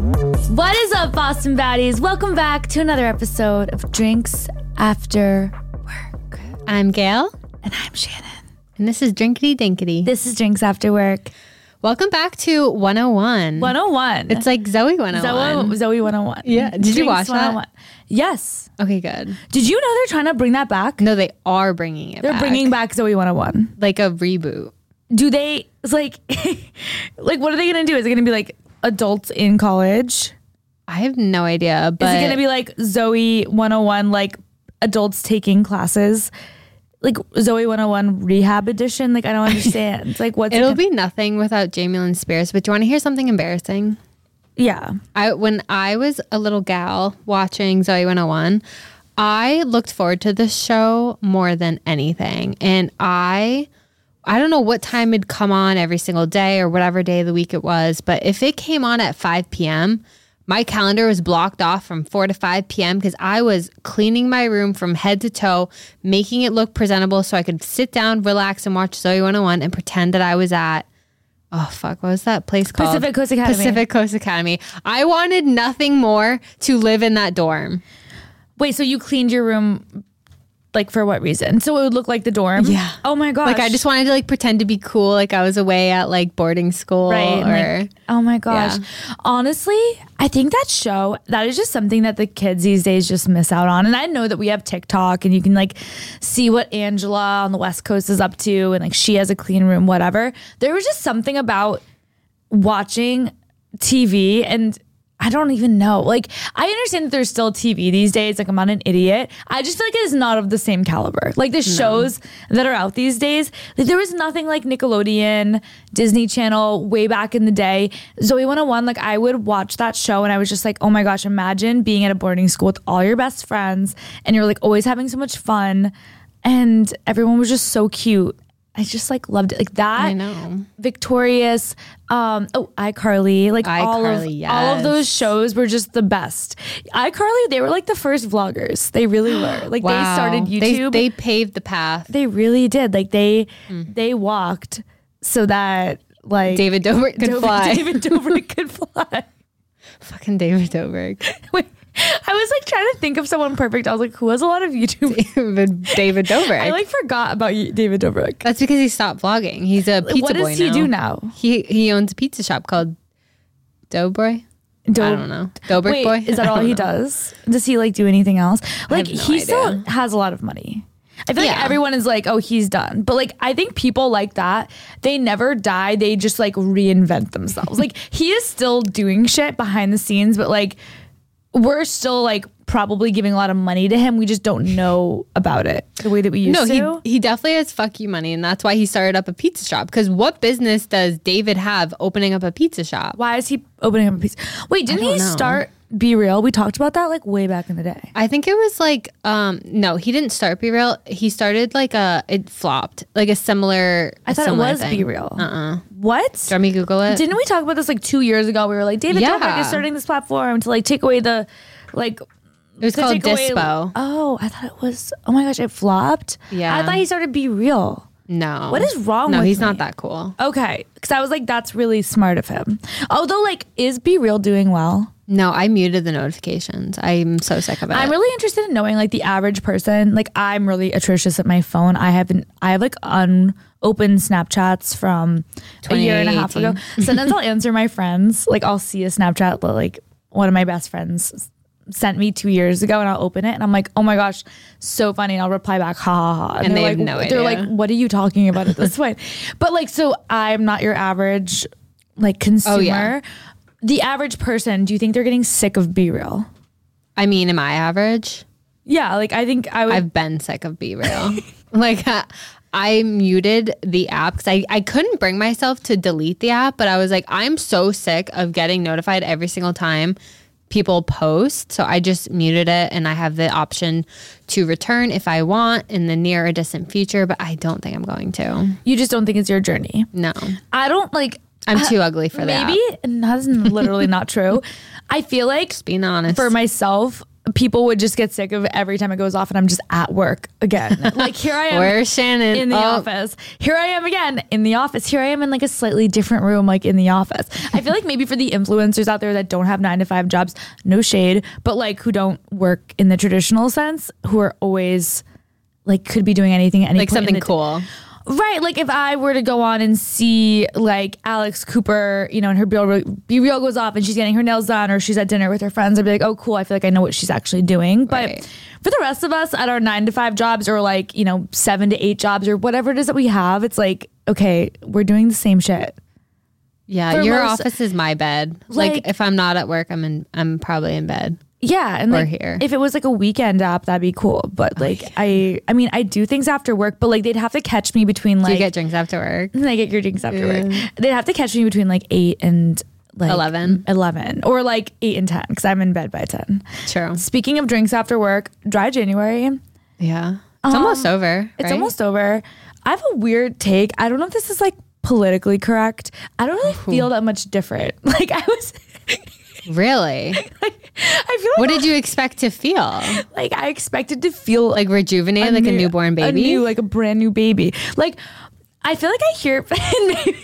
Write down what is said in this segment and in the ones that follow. What is up, Boston Baddies? Welcome back to another episode of Drinks After Work. I'm Gail, And I'm Shannon. and this is Drinkity Dinkity. This is Drinks After Work Welcome back to 101. 101. It's like oh Zoe 101. Zoe, Zoe 101. Yeah. Did you watch that? Yes. okay, good. Did you know they're trying to bring that back? No, they are bringing it They're back. bringing back Zoe 101. like a reboot. Do they, it's like, like what are they going to do? Is it going to be like adults in college? I have no idea, but Is it going to be like Zoe 101, like adults taking classes? Like Zoe 101 rehab edition? Like, I don't understand. like, what's it'll it be nothing without Jamie Lynn Spears. But do you want to hear something embarrassing? gonna- yeah. I when I was a little gal watching Zoe 101, I looked forward to this show more than anything. And I I don't know what time it'd come on every single day or whatever day of the week it was, but if it came on at 5 p.m., my calendar was blocked off from 4 to 5 p.m. because I was cleaning my room from head to toe, making it look presentable so I could sit down, relax, and watch Zoe 101 and pretend that I was at, oh, fuck, what was that place called? Pacific Coast Academy. Pacific Coast Academy. I wanted nothing more to live in that dorm. Wait, so you cleaned your room like for what reason? So it would look like the dorm? Yeah. Oh my gosh. Like, I just wanted to like pretend to be cool, like I was away at like boarding school Right. or. like, oh my gosh. Honestly, I think that show, that is just something that the kids these days just miss out on. And I know that we have TikTok and you can like see what Angela on the West Coast is up to and like she has a clean room, whatever. There was just something about watching TV and I don't even know. Like, I understand that there's still TV these days. Like, I'm not an idiot. I just feel like it is not of the same caliber. Like, the shows that are out these days, like, there was nothing like Nickelodeon, Disney Channel way back in the day. Zoe 101, like, I would watch that show and I was just like, oh my gosh, imagine being at a boarding school with all your best friends and you're like always having so much fun. And everyone was just so cute. I just like loved it. Like, that. I know. Victorious, um, oh iCarly, like all of iCarly, all of those yes. shows were just the best. iCarly, they were like the first vloggers. They really were. Like they started They- YouTube. They, They, paved the path. really did. Like they they walked so that like David Dobrik could Dobrik- fly. David Dobrik could fly. Fucking David Dobrik. Wait, I was like trying to think of someone perfect. I was like, who has a lot of YouTube? David, David Dobrik. I like forgot about you- David Dobrik. That's because he stopped vlogging. He's a pizza what boy does he now. do now? He he owns a pizza shop called Dobroy. Do- I don't know. Dobrik Wait, boy. is that I all don't he know. does? Does he like do anything else? Like have no he still idea. has a lot of money. I feel like Yeah. everyone is like, oh, he's done. But like, I think people like that, they never die. They just like reinvent themselves. like, he is still doing shit behind the scenes, but like, we're still like probably giving a lot of money to him. We just don't know about it the way that we used No, to. he he definitely has fuck you money, and that's why he started up a pizza shop. Because what business does David have opening up a pizza shop? Why is he opening up a piece? Wait, didn't he don't know. start Be Real? We talked about that like way back in the day. I think it was like um no, he didn't start Be Real. He started like a it flopped like a similar. I thought it was Be Real. Uh-uh. What? Let me Google it. Didn't we talk about this like two years ago? We were like, David Yeah. Dobrik is starting this platform to like take away the like. it was to called take away- Dispo. oh, I thought it was. Oh my gosh, it flopped. Yeah. I thought he started be real. No. What is wrong No, with he's me? not that cool. Okay, because I was like, that's really smart of him. Although, like, is be real doing well? No, I muted the notifications. I'm so sick of it. I'm really interested in knowing like the average person. Like, I'm really atrocious at my phone. I haven't. I have like unopened Snapchats from a year and a half ago. Sometimes I'll answer my friends. Like I'll see a Snapchat that like one of my best friends sent me two years ago, and I'll open it, and I'm like, oh my gosh, so funny. And I'll reply back, ha ha ha. And they they're have like, no They're idea. like, what are you talking about at this point? But like, so I'm not your average like consumer. Oh, yeah. The average person, do you think they're getting sick of B real? I mean, am I average? Yeah, like I think I would. I've been sick of Be Real. like, I, I muted the app because I, I couldn't bring myself to delete the app, but I was like, I'm so sick of getting notified every single time people post. So I just muted it and I have the option to return if I want in the near or distant future, but I don't think I'm going to. you just don't think it's your journey. No. I don't like. I'm Uh, too ugly for that. Maybe and that's literally not true. I feel like Being honest. for myself, people would just get sick of every time it goes off and I'm just at work again. like here I am Where's Shannon? in the Oh, office. Here I am again in the office. Here I am in like a slightly different room like in the office. I feel like maybe for the influencers out there that don't have 9 to 5 jobs, no shade, but like who don't work in the traditional sense, who are always like could be doing anything at any Like point in something the cool. Right. Like if I were to go on and see like Alex Cooper, you know, and her B-roll, B-roll goes off and she's getting her nails done or she's at dinner with her friends, I'd be like, oh, cool. I feel like I know what she's actually doing. But Right. for the rest of us at our nine to five jobs or like, you know, seven to eight jobs or whatever it is that we have, it's like, okay, we're doing the same shit. Yeah, For your most- office is my bed. Like, Like- if I'm not at work, I'm in. I'm probably in bed. Yeah, and Or like here. Oh, if it was like a weekend app, that'd be cool. But like I, I mean, I do things after work, but like they'd have to catch me between Do like you get drinks after work? And I get your drinks after work. They'd have to catch me between like eight and like 11. 11 or like eight and 10 because I'm in bed by 10. True. Speaking of drinks after work, dry January, it's Yeah, it's almost over. right? Um, almost over. I have a weird take. I don't know if this is like politically correct. I don't really feel that much different. Like I was, really. I feel What like, did you expect to feel? like I expected to feel Like rejuvenated, like a newborn baby. A new, like a brand new baby. Like I feel like I hear and maybe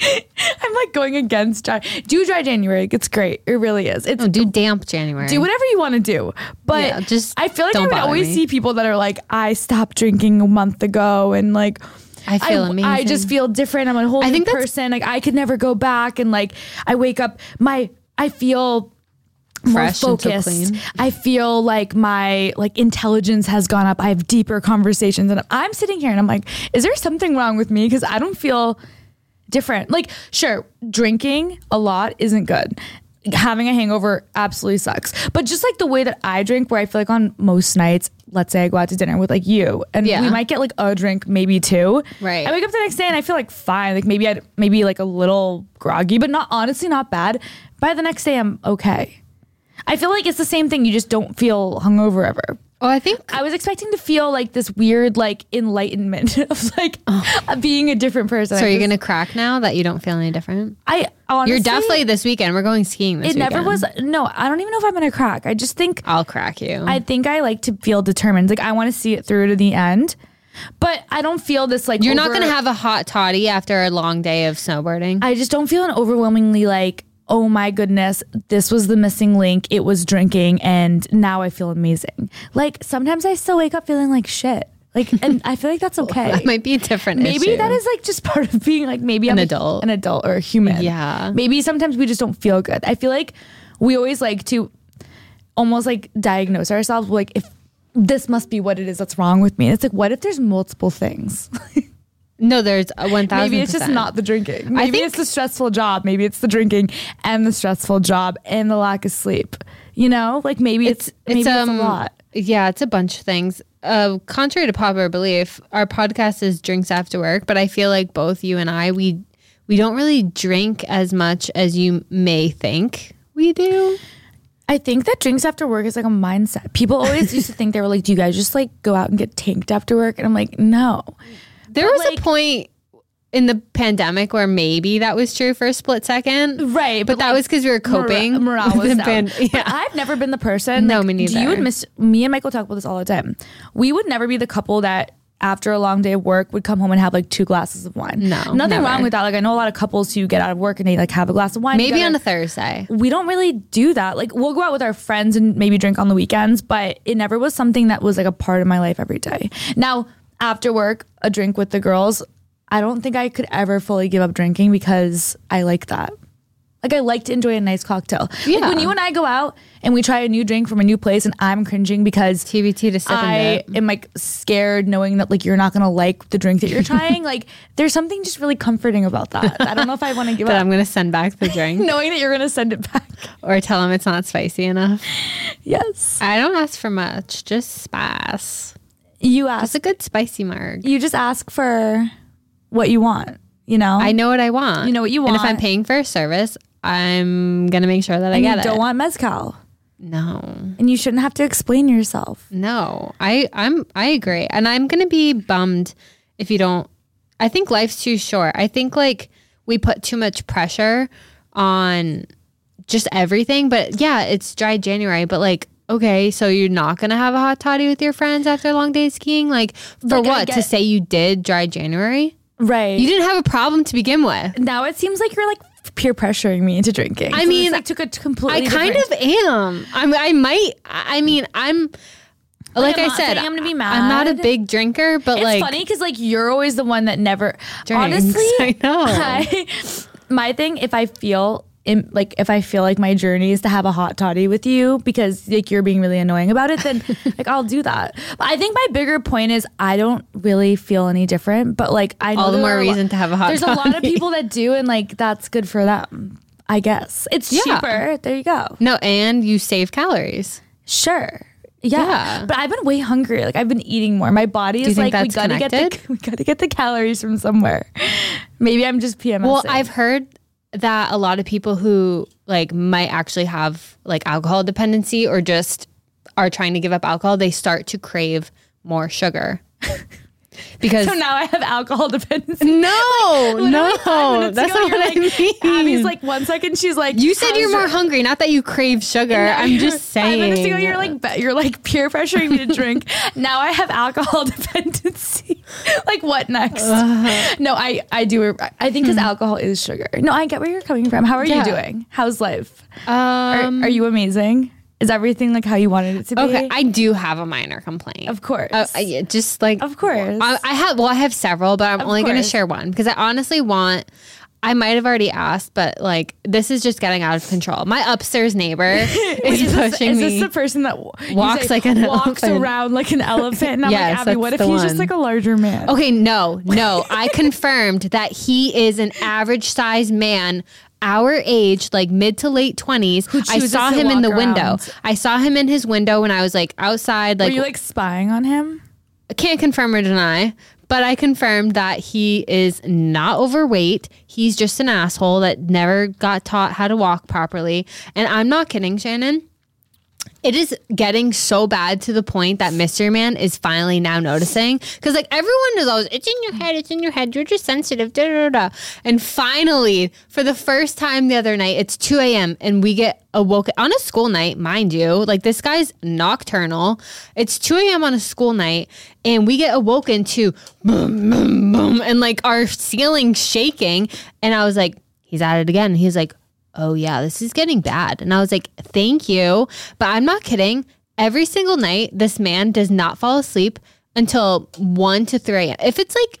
I'm like going against dry. Do dry January. Like, It's great. It really is. It's Oh, do damp January. do whatever you want to do. But Yeah, just I feel like I don't would bother always me. see people that are like, I stopped drinking a month ago and like I feel I, amazing. I just feel different. I'm a whole I new think that's- person. Like I could never go back and like I wake up my I feel Fresh more and so focused. clean. I feel like my like intelligence has gone up. I have deeper conversations and I'm sitting here and I'm like, is there something wrong with me? Because I don't feel different. Like, sure, drinking a lot isn't good. Having a hangover absolutely sucks. But just like the way that I drink, where I feel like on most nights, let's say I go out to dinner with like you, and Yeah. we might get like a drink, maybe two. Right. I wake up the next day and I feel like fine. Like maybe I maybe like a little groggy, but not honestly not bad. By the next day, I'm okay. I feel like it's the same thing. You just don't feel hungover ever. Oh, I think I was expecting to feel like this weird like enlightenment of like being a different person. Oh. So I are you just- gonna crack now that you don't feel any different? I honestly, You're definitely this weekend. We're going skiing this It never weekend. was. No, I don't even know if I'm gonna crack. I just think I'll crack you. I think I like to feel determined. Like I want to see it through to the end, but I don't feel this like You're not over- gonna have a hot toddy after a long day of snowboarding. I just don't feel an overwhelmingly like. Oh my goodness, this was the missing link. It was drinking, and now I feel amazing. Like sometimes I still wake up feeling like shit. Like, and I feel like that's okay. that might be a different maybe issue. that is like just part of being like maybe I'm a- adult. an adult or a human. Yeah. Maybe sometimes we just don't feel good. I feel like we always like to almost like diagnose ourselves like if this must be what it is that's wrong with me. It's like what if there's multiple things? no. There's a one thousand. Maybe it's just not the drinking. Maybe think- it's the stressful job. Maybe it's the drinking and the stressful job and the lack of sleep. You know, like maybe it's, maybe it's, um, a lot. Yeah, it's a bunch of things. Uh, contrary to popular belief, our podcast is drinks after work, but I feel like both you and I we we don't really drink as much as you may think we do. I think that drinks after work is like a mindset. People always used to think they were like, "Do you guys just like go out and get tanked after work?" And I'm like, "No." There was like- a point in the pandemic where maybe that was true for a split second. Right, But, but that like, was because we were coping. Mora- morale with was the down. pan- But yeah. I've never been the person. No, like, me Do you neither. and Miss me and Michael talk about this all the time. We would never be the couple that after a long day of work would come home and have like two glasses of wine. No, nothing never. wrong with that. Like I know a lot of couples who get out of work and they like have a glass of wine. Maybe together. on a Thursday. we don't really do that. Like we'll go out with our friends and maybe drink on the weekends, but it never was something that was like a part of my life every day. Now, after work, a drink with the girls, I don't think I could ever fully give up drinking because I like that. Like I like to enjoy a nice cocktail. Like Yeah. when you and I go out and we try a new drink from a new place and I'm cringing because TBT to sip and I dip. am like scared knowing that like you're not gonna like the drink that you're trying. like there's something just really comforting about that. I don't know if I want to give That up I'm gonna send back the drink knowing that you're gonna send it back. or tell him it's not spicy enough. Yes. I don't ask for much, just spice. you That's ask a good spicy marg. you just ask for what you want you know I know what I want. You know what you And if I'm want. paying for a service, I'm gonna make sure that I and get you don't it. want mezcal no, and you shouldn't have to explain yourself no. I I'm I agree, and I'm gonna be bummed if you don't. I think life's too short. I think like we put too much pressure on just everything. But yeah, it's dry January, but like okay, so you're not gonna have a hot toddy with your friends after a long day skiing? Like for Like, I what? To get- say you did dry January? Right. You didn't have a problem to begin with. now it seems like you're like peer pressuring me into drinking. I So this, mean, like took a completely. I kind different- of am. I'm, I might. I I mean, I'm. Like, I'm I not said, saying I'm gonna be I'm not a mad. big drinker, but It's like, funny because like you're always the one that never. Drinks. Honestly, I know. I- my thing, if I feel. im like if I feel like my journey is to have a hot toddy with you because like you're being really annoying about it, then like I'll do that. But I think my bigger point is I don't really feel any different. But like I know all the there more are a lo- reason to have a hot. There's a lot of people that do, and like that's good for them. I guess it's Yeah. cheaper. There you go. No, and you save calories. Sure. Yeah. Yeah. But I've been way hungry. Like I've been eating more. My body is think like we that's gotta get connected? the we gotta get the calories from somewhere. Maybe I'm just PMSing. Well, I've heard that a lot of people who like might actually have like alcohol dependency or just are trying to give up alcohol, they start to crave more sugar. Because so now I have alcohol dependency. no, Literally five no, minutes that's ago, not you're what I mean. like- Abby's like one second she's like you said "How's you're your-" more hungry, not that you crave sugar. I'm just saying. Five minutes ago, you're like be- you're like peer pressuring me to drink. now I have alcohol dependency. like what next? No, I I do. I think because alcohol is sugar. No, I get where you're coming from. How are Hmm. Yeah. you doing? How's life? Are, um, are you amazing? Is everything like how you wanted it to be? okay, I do have a minor complaint. of course. Uh, I, yeah, just like Of course. I, I have well, I have several, but I'm only going to course. share one because I honestly want. I might have already asked, but like this is just getting out of control. My upstairs neighbor is is this, pushing is me. this the person that w- you Walks like an walks elephant. around like an elephant? And I'm Yes, like, Abby, what if that's he's the just one. like a larger man? okay, no, no. I confirmed that he is an average sized man. Our age, like mid to late twenties, I chooses saw to him in walk the window. around. I saw him in his window when I was like outside, Are like you like spying on him? can't confirm or deny, but I confirmed that he is not overweight. He's just an asshole that never got taught how to walk properly. And I'm not kidding, Shannon. It is getting so bad to the point that Mystery Man is finally now noticing. Because, like, everyone is always, it's in your head, it's in your head, you're just sensitive, da da da. da." And finally, for the first time the other night, it's 2 a.m. and we get awoken on a school night, mind you. Like, this guy's nocturnal. It's 2 a.m. on a school night, and we get awoken to boom, boom, boom, and like our ceiling shaking. And I was like, he's at it again. And he's like, oh yeah, this is getting bad. And I was like, thank you. But I'm not kidding. Every single night, this man does not fall asleep until 1 to 3 a.m. If it's like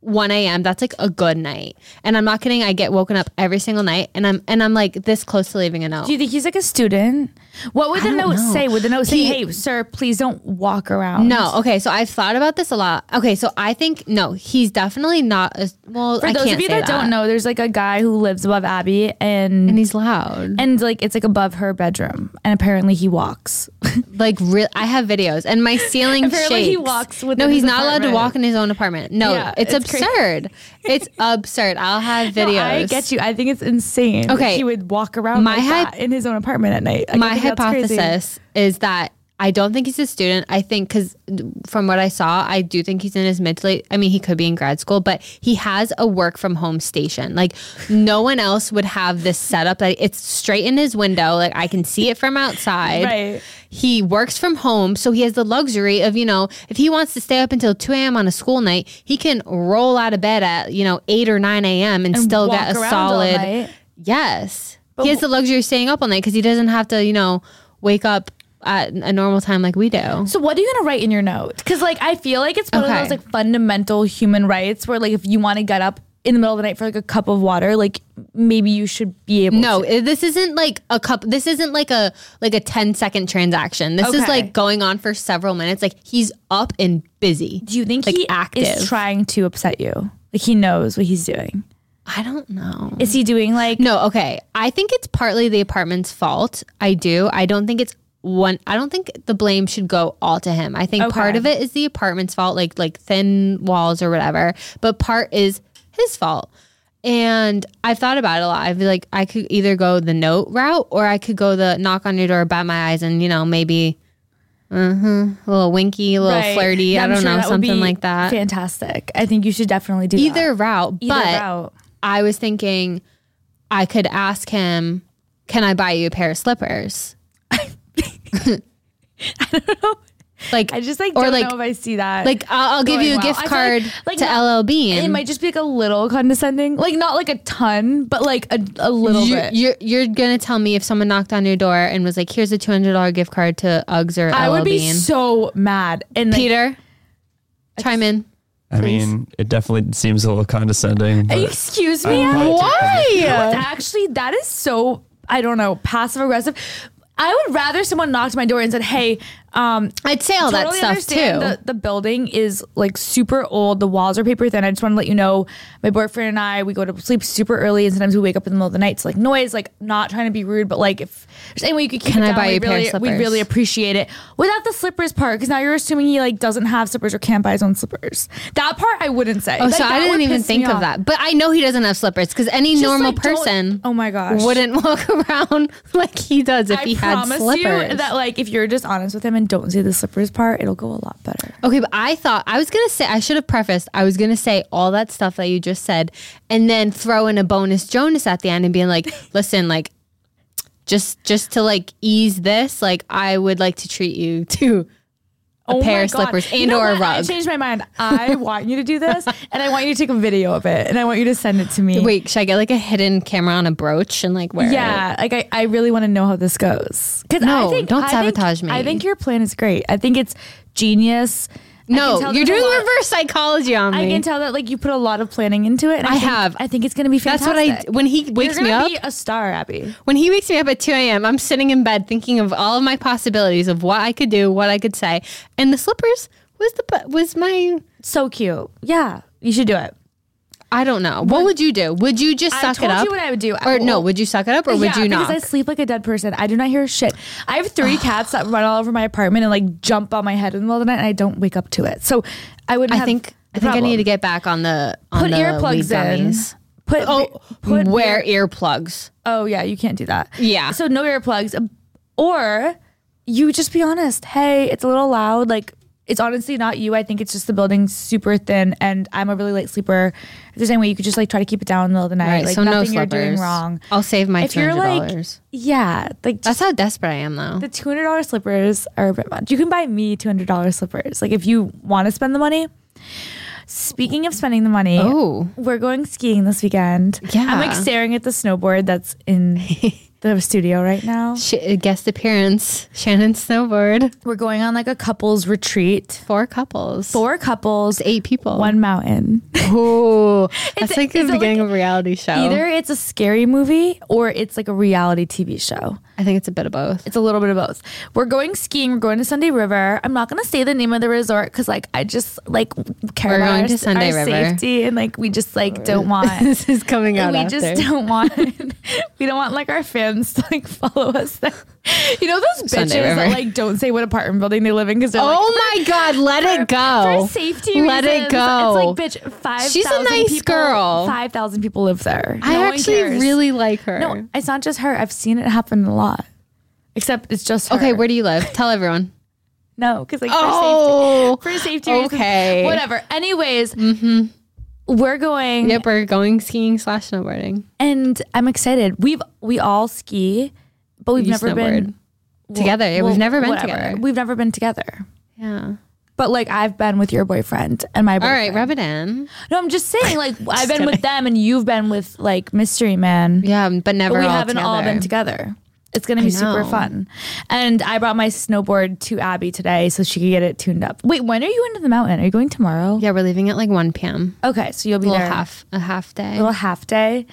1 a.m. That's like a good night. And I'm not kidding. I get woken up every single night and I'm and I'm like this close to leaving a note. Do you think he's like a student? What would the don't note know. say? Would the note He- say, "Hey, sir, please don't walk around"? No, okay. So I've thought about this a lot. Okay, so I think no, he's definitely not as well. For I those can't of you say that, don't know, there's like a guy who lives above Abby, and and he's loud. and like it's like above her bedroom, and apparently he walks. Like real, I have videos, and my ceiling Apparently he shakes. walks No, within he's his not allowed to apartment. walk in his own apartment. No, Yeah, it's, it's crazy. absurd. it's absurd. I'll have videos. I get you. I think it's insane. Okay. that he would walk around My like hype- that in his own apartment at night. Like, I my think that's crazy. hypothesis is that I don't think he's a student. I think because from what I saw, I do think he's in his mid to late. I mean, he could be in grad school, but he has a work from home station. Like no one else would have this setup. Like it's straight in his window. Like I can see it from outside. Right. He works from home, so he has the luxury of you know, if he wants to stay up until two a.m. on a school night, he can roll out of bed at you know eight or nine a.m. and, still walk get a around all solid. night. Yes. he has the luxury of staying up all night because he doesn't have to, you know, wake up at a normal time like we do. So what are you gonna write in your note? Because like I feel like it's one Okay. of those like fundamental human rights where like if you want to get up in the middle of the night for like a cup of water, like maybe you should be able. No, i- this isn't like a cup. This isn't like a like a 10 second transaction. This is Okay. like going on for several minutes. Like he's up and busy. Do you think like he active? is trying to upset you? Like he knows what he's doing. I don't know. Is he doing like No, okay. I think it's partly the apartment's fault. I do. I don't think it's one I don't think the blame should go all to him. I think part Okay. of it is the apartment's fault, like like thin walls or whatever, but part is his fault. And I've thought about it a lot. I've like I could either go the note route or I could go the knock on your door, bat my eyes and, you know, maybe uh-huh, a little winky, a little Right. flirty, I'm I don't sure know, that would something be like that. Fantastic. I think you should definitely do that. Either route, either but route. I was thinking I could ask him, "Can I buy you a pair of slippers?" I don't know. Like I just like or don't like know if I see that. like I'll, I'll give going you a well. I gift feel card like- like to not- LL Bean. And it might just be like a little condescending, like not like a ton, but like a, a little you, bit. You're, you're gonna tell me if someone knocked on your door and was like, "Here's a two hundred dollar gift card to Uggs or I LL would be Bean." so mad. And like, Peter, chime in. I mean, it definitely seems a little condescending. But excuse me, I- I- Why? actually that is so I don't know passive aggressive. I would rather someone knocked my door and said, "Hey, um, I'd say all that totally stuff understand too. The, the building is like super old. The walls are paper thin. I just want to let you know, my boyfriend and I, we go to sleep super early, and sometimes we wake up in the middle of the night. It's like noise. Like not trying to be rude, but like if there's any way you could keep Can it I down, buy we you a pair of really, we slippers? really appreciate it. Without the slippers part, because now you're assuming he like doesn't have slippers or can't buy his own slippers. That part I wouldn't say. oh, so I didn't even think of that. But I know he doesn't have slippers because any normal person Oh my gosh. wouldn't walk around like he does if I he had promise slippers. you that like if you're just honest with him and don't say the slippers part, it'll go a lot better. Okay, but I thought I was gonna say I should have prefaced. I was gonna say all that stuff that you just said, and then throw in a bonus Jonas at the end and being like, "Listen, like, just just to like ease this, like, I would like to treat you to a Oh pair my of God. slippers You and know or a what? I rug." changed my mind. I want you to do this, and I want you to take a video of it, and I want you to send it to me. Wait, should I get like a hidden camera on a brooch and like wear? it? Yeah, like I, I really want to know how this goes. Because No, I think, don't I think- sabotage me. I think your plan is great. I think it's genius. I can no, tell you're there's a doing lot- reverse psychology on I me. can tell that like you put a lot of planning into it. And I, think- have. I think it's gonna be That's fantastic. what I when he You're wakes gonna me up. be a star, Abby. When he wakes me up at 2 a.m., I'm sitting in bed thinking of all of my possibilities of what I could do, what I could say, and the slippers was the bu- was my So cute. Yeah, you should do it. I don't know. What would you do? Would you just I suck told it up? you what I would do. I Or no, will- would you suck it up or would yeah, you Because not? I sleep like a dead person. I do not hear shit. I have three cats that run all over my apartment and like jump on my head in the middle of the night, and I don't wake up to it. So I would. I think I think I need to get back on the on put the earplugs weed in. gummies. Put Oh, put wear earplugs. Oh yeah, you can't do that. Yeah. So no earplugs, or you just be honest. Hey, it's a little loud. Like it's honestly not you. I think it's just the building's super thin, and I'm a really late sleeper. If there's any way you could just like try to keep it down in the middle of the night, Right, like so no nothing slippers. you're doing wrong. I'll save my If two you're hundred like- dollars. Yeah, like That's how desperate I am, though. the two hundred dollar slippers are a bit much. You can buy me two hundred dollar slippers. Like if you want to spend the money. Speaking of spending the money, Oh. we're going skiing this weekend. Yeah. I'm like staring at the snowboard that's in the studio right now. Sh- guest appearance: Shannon Snowboard. We're going on like a couples retreat. Four couples. Four couples, Eight people. one mountain. Oh, that's a- like the is it beginning of a reality show. Either it's a scary movie or it's like a reality TV show. I think it's a bit of both. It's a little bit of both. We're going skiing. We're going to Sunday River. I'm not gonna say the name of the resort because like I just like care We're about going our, to Sunday our River. safety and like we just like don't want. this is coming out we after. just don't want. we don't want like our fans to like follow us. There. You know those bitches Sunday that River. like don't say what apartment building they live in because they're like, oh my God! Let it go. For safety Let reasons. it go. It's like, bitch, 5,000 She's a nice people, girl. 5,000 people live there. I No one actually cares. really like her. No, it's not just her. I've seen it happen a lot. Except it's just her. okay, where do you live? Tell everyone. No, because like Oh, for safety. For safety reasons. Okay. Mm-hmm. Whatever. Anyways, we're going yep. We're going skiing slash snowboarding. and I'm excited. We've we all ski, but we've You never snowboard. been Together. We've well, never been whatever. together. We've never been together. Yeah. But like I've been with your boyfriend and my All boyfriend. right, rub it in. No, I'm just saying, like, I've been with them and you've been with, like, Mystery Man. Yeah, but never. But we all haven't all together. been together. It's going to be super know. fun. And I brought my snowboard to Abby today so she could get it tuned up. Wait, when are you into the mountain? Are you going tomorrow? Yeah, we're leaving at like one p.m. Okay, so you'll be A little there. half a half day. Little half day.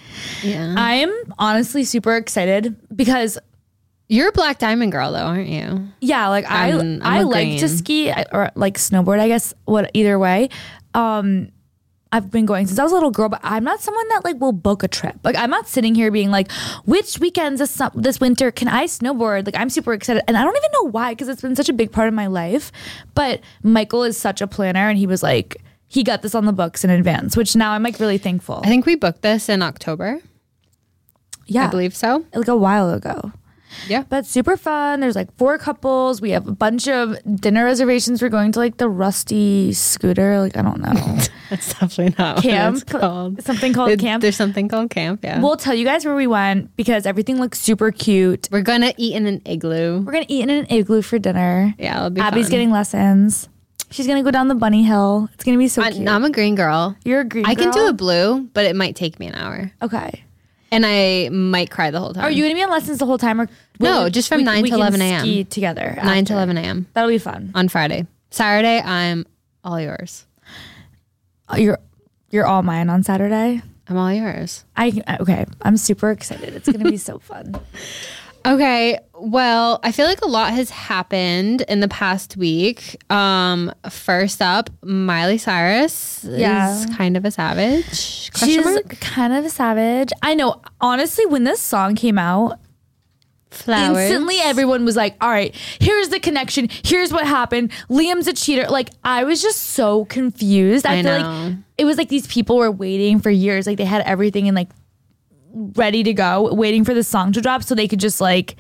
yeah. I am honestly super excited because You're a black diamond girl though, aren't you? Yeah, like i I'm- I'm I like to agreeing. ski I- or like snowboard, I guess. What either way, um, I've been going since I was a little girl, but I'm not someone that like will book a trip. Like I'm not sitting here being like, which weekends this sum- this winter can I snowboard? Like I'm super excited, and I don't even know why because it's been such a big part of my life. But Michael is such a planner, and he was like, he got this on the books in advance, which now I'm like really thankful. I think we booked this in October. yeah, I believe so. like a while ago. Yeah. But super fun. There's like four couples. We have a bunch of dinner reservations. We're going to like the Rusty Scooter. Like, I don't know. That's definitely not Camp. what it's called. Something called It- camp. There's something called camp. Yeah. We'll tell you guys where we went because everything looks super cute. we're gonna eat in an igloo. We're going to eat in an igloo for dinner. Yeah, it'll be Abby's fun. getting lessons. She's going to go down the bunny hill. It's going to be so I- cute. I'm a green girl. You're a green I can do girl? a blue, but it might take me an hour, Okay. and I might cry the whole time. Are you gonna be on lessons the whole time, or No, will- just from 9 to can 11 a.m. ski together. nine after. to eleven a.m. That'll be fun. on Friday. Saturday, I'm all yours. Uh, You're you're all mine on Saturday. I'm all yours. I can- uh, okay. I'm super excited. It's gonna be so fun. Okay. Well, I feel like a lot has happened in the past week. Um, first up, Miley Cyrus Yeah. is kind of a savage. Question She's mark? kind of a savage. I know. Honestly, when this song came out, Flowers. instantly everyone was like, "All right, here's the connection. Here's what happened. Liam's a cheater." Like I was just so confused. I, I feel like know. it was like these people were waiting for years. Like they had everything and like ready to go, waiting for the song to drop so they could just like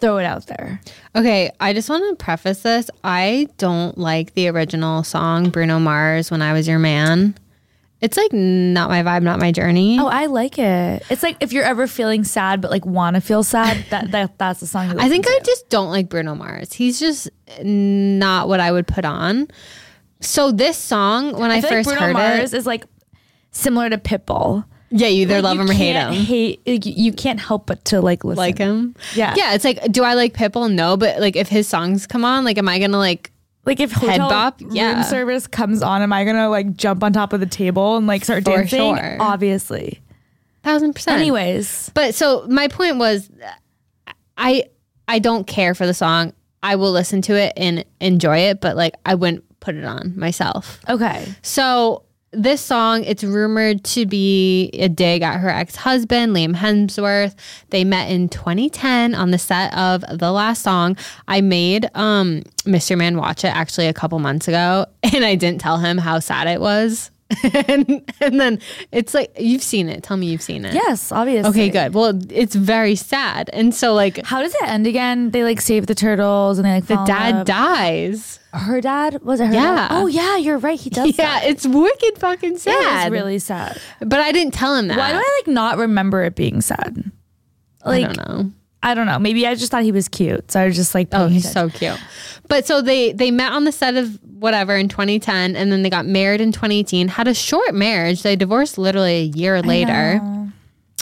throw it out there. Okay, I just want to preface this. I don't like the original song Bruno Mars when I was your man. It's like not my vibe, not my journey. Oh, I like it. It's like if you're ever feeling sad but like want to feel sad, that, that that's the song. You I think listen I just don't like Bruno Mars. He's just not what I would put on. So this song, when I, to. I feel first like heard Bruno Mars it, is like similar to Pitbull. yeah, you either love You him or hate can't him. Hate like, you- you can't help but to like listen. Like him, Yeah. yeah. It's like, do I like Pitbull? No, but like if his songs come on, like, am I gonna like? Like if hotel bop? room Yeah. service comes on, am I gonna like jump on top of the table and like start For dancing? sure. Obviously. Thousand percent. Anyways, But so my point was, I I don't care for the song. I will listen to it and enjoy it, but like I wouldn't put it on myself. okay. So this song, it's rumored to be a dig at her ex-husband, Liam Hemsworth. They met in 2010 on the set of the last song. I made um, Mr. Man watch it actually a couple months ago, and I didn't tell him how sad it was. and, and then it's like you've seen it. Tell me you've seen it. Yes, obviously. Okay, good. Well, it's very sad, and so like How does it end again? They like save the turtles and they like the dad dies. Her dad was it her? Yeah. Dad? Oh yeah, you're right. He does. Yeah, that. it's wicked fucking It is sad. really sad. but I didn't tell him that. Why do I like not remember it being sad? Like I don't know. know. Maybe I just thought he was cute, so I was just like, Oh, paying he's attention. so cute. But so they they met on the set of whatever in 2010, and then they got married in 2018. Had a short marriage. They divorced literally a year later,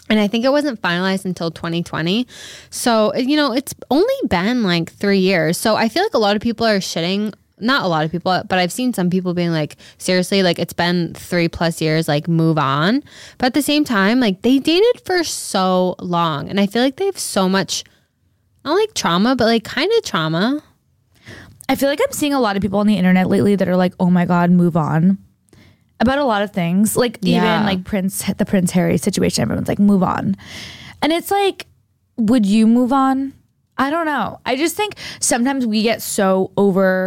and I think it wasn't finalized until 2020. So you know, it's only been like three years. So I feel like a lot of people are shitting. Not a lot of people, but I've seen some people being like, seriously, like it's been three plus years, like move on. But at the same time, like they dated for so long. And I feel like they have so much not like trauma, but like kind of trauma. I feel like I'm seeing a lot of people on the internet lately that are like, "Oh my god, move on." About a lot of things, like Yeah. even like Prince, the Prince Harry situation. Everyone's like, "Move on," and it's like, would you move on? I don't know. I just think sometimes we get so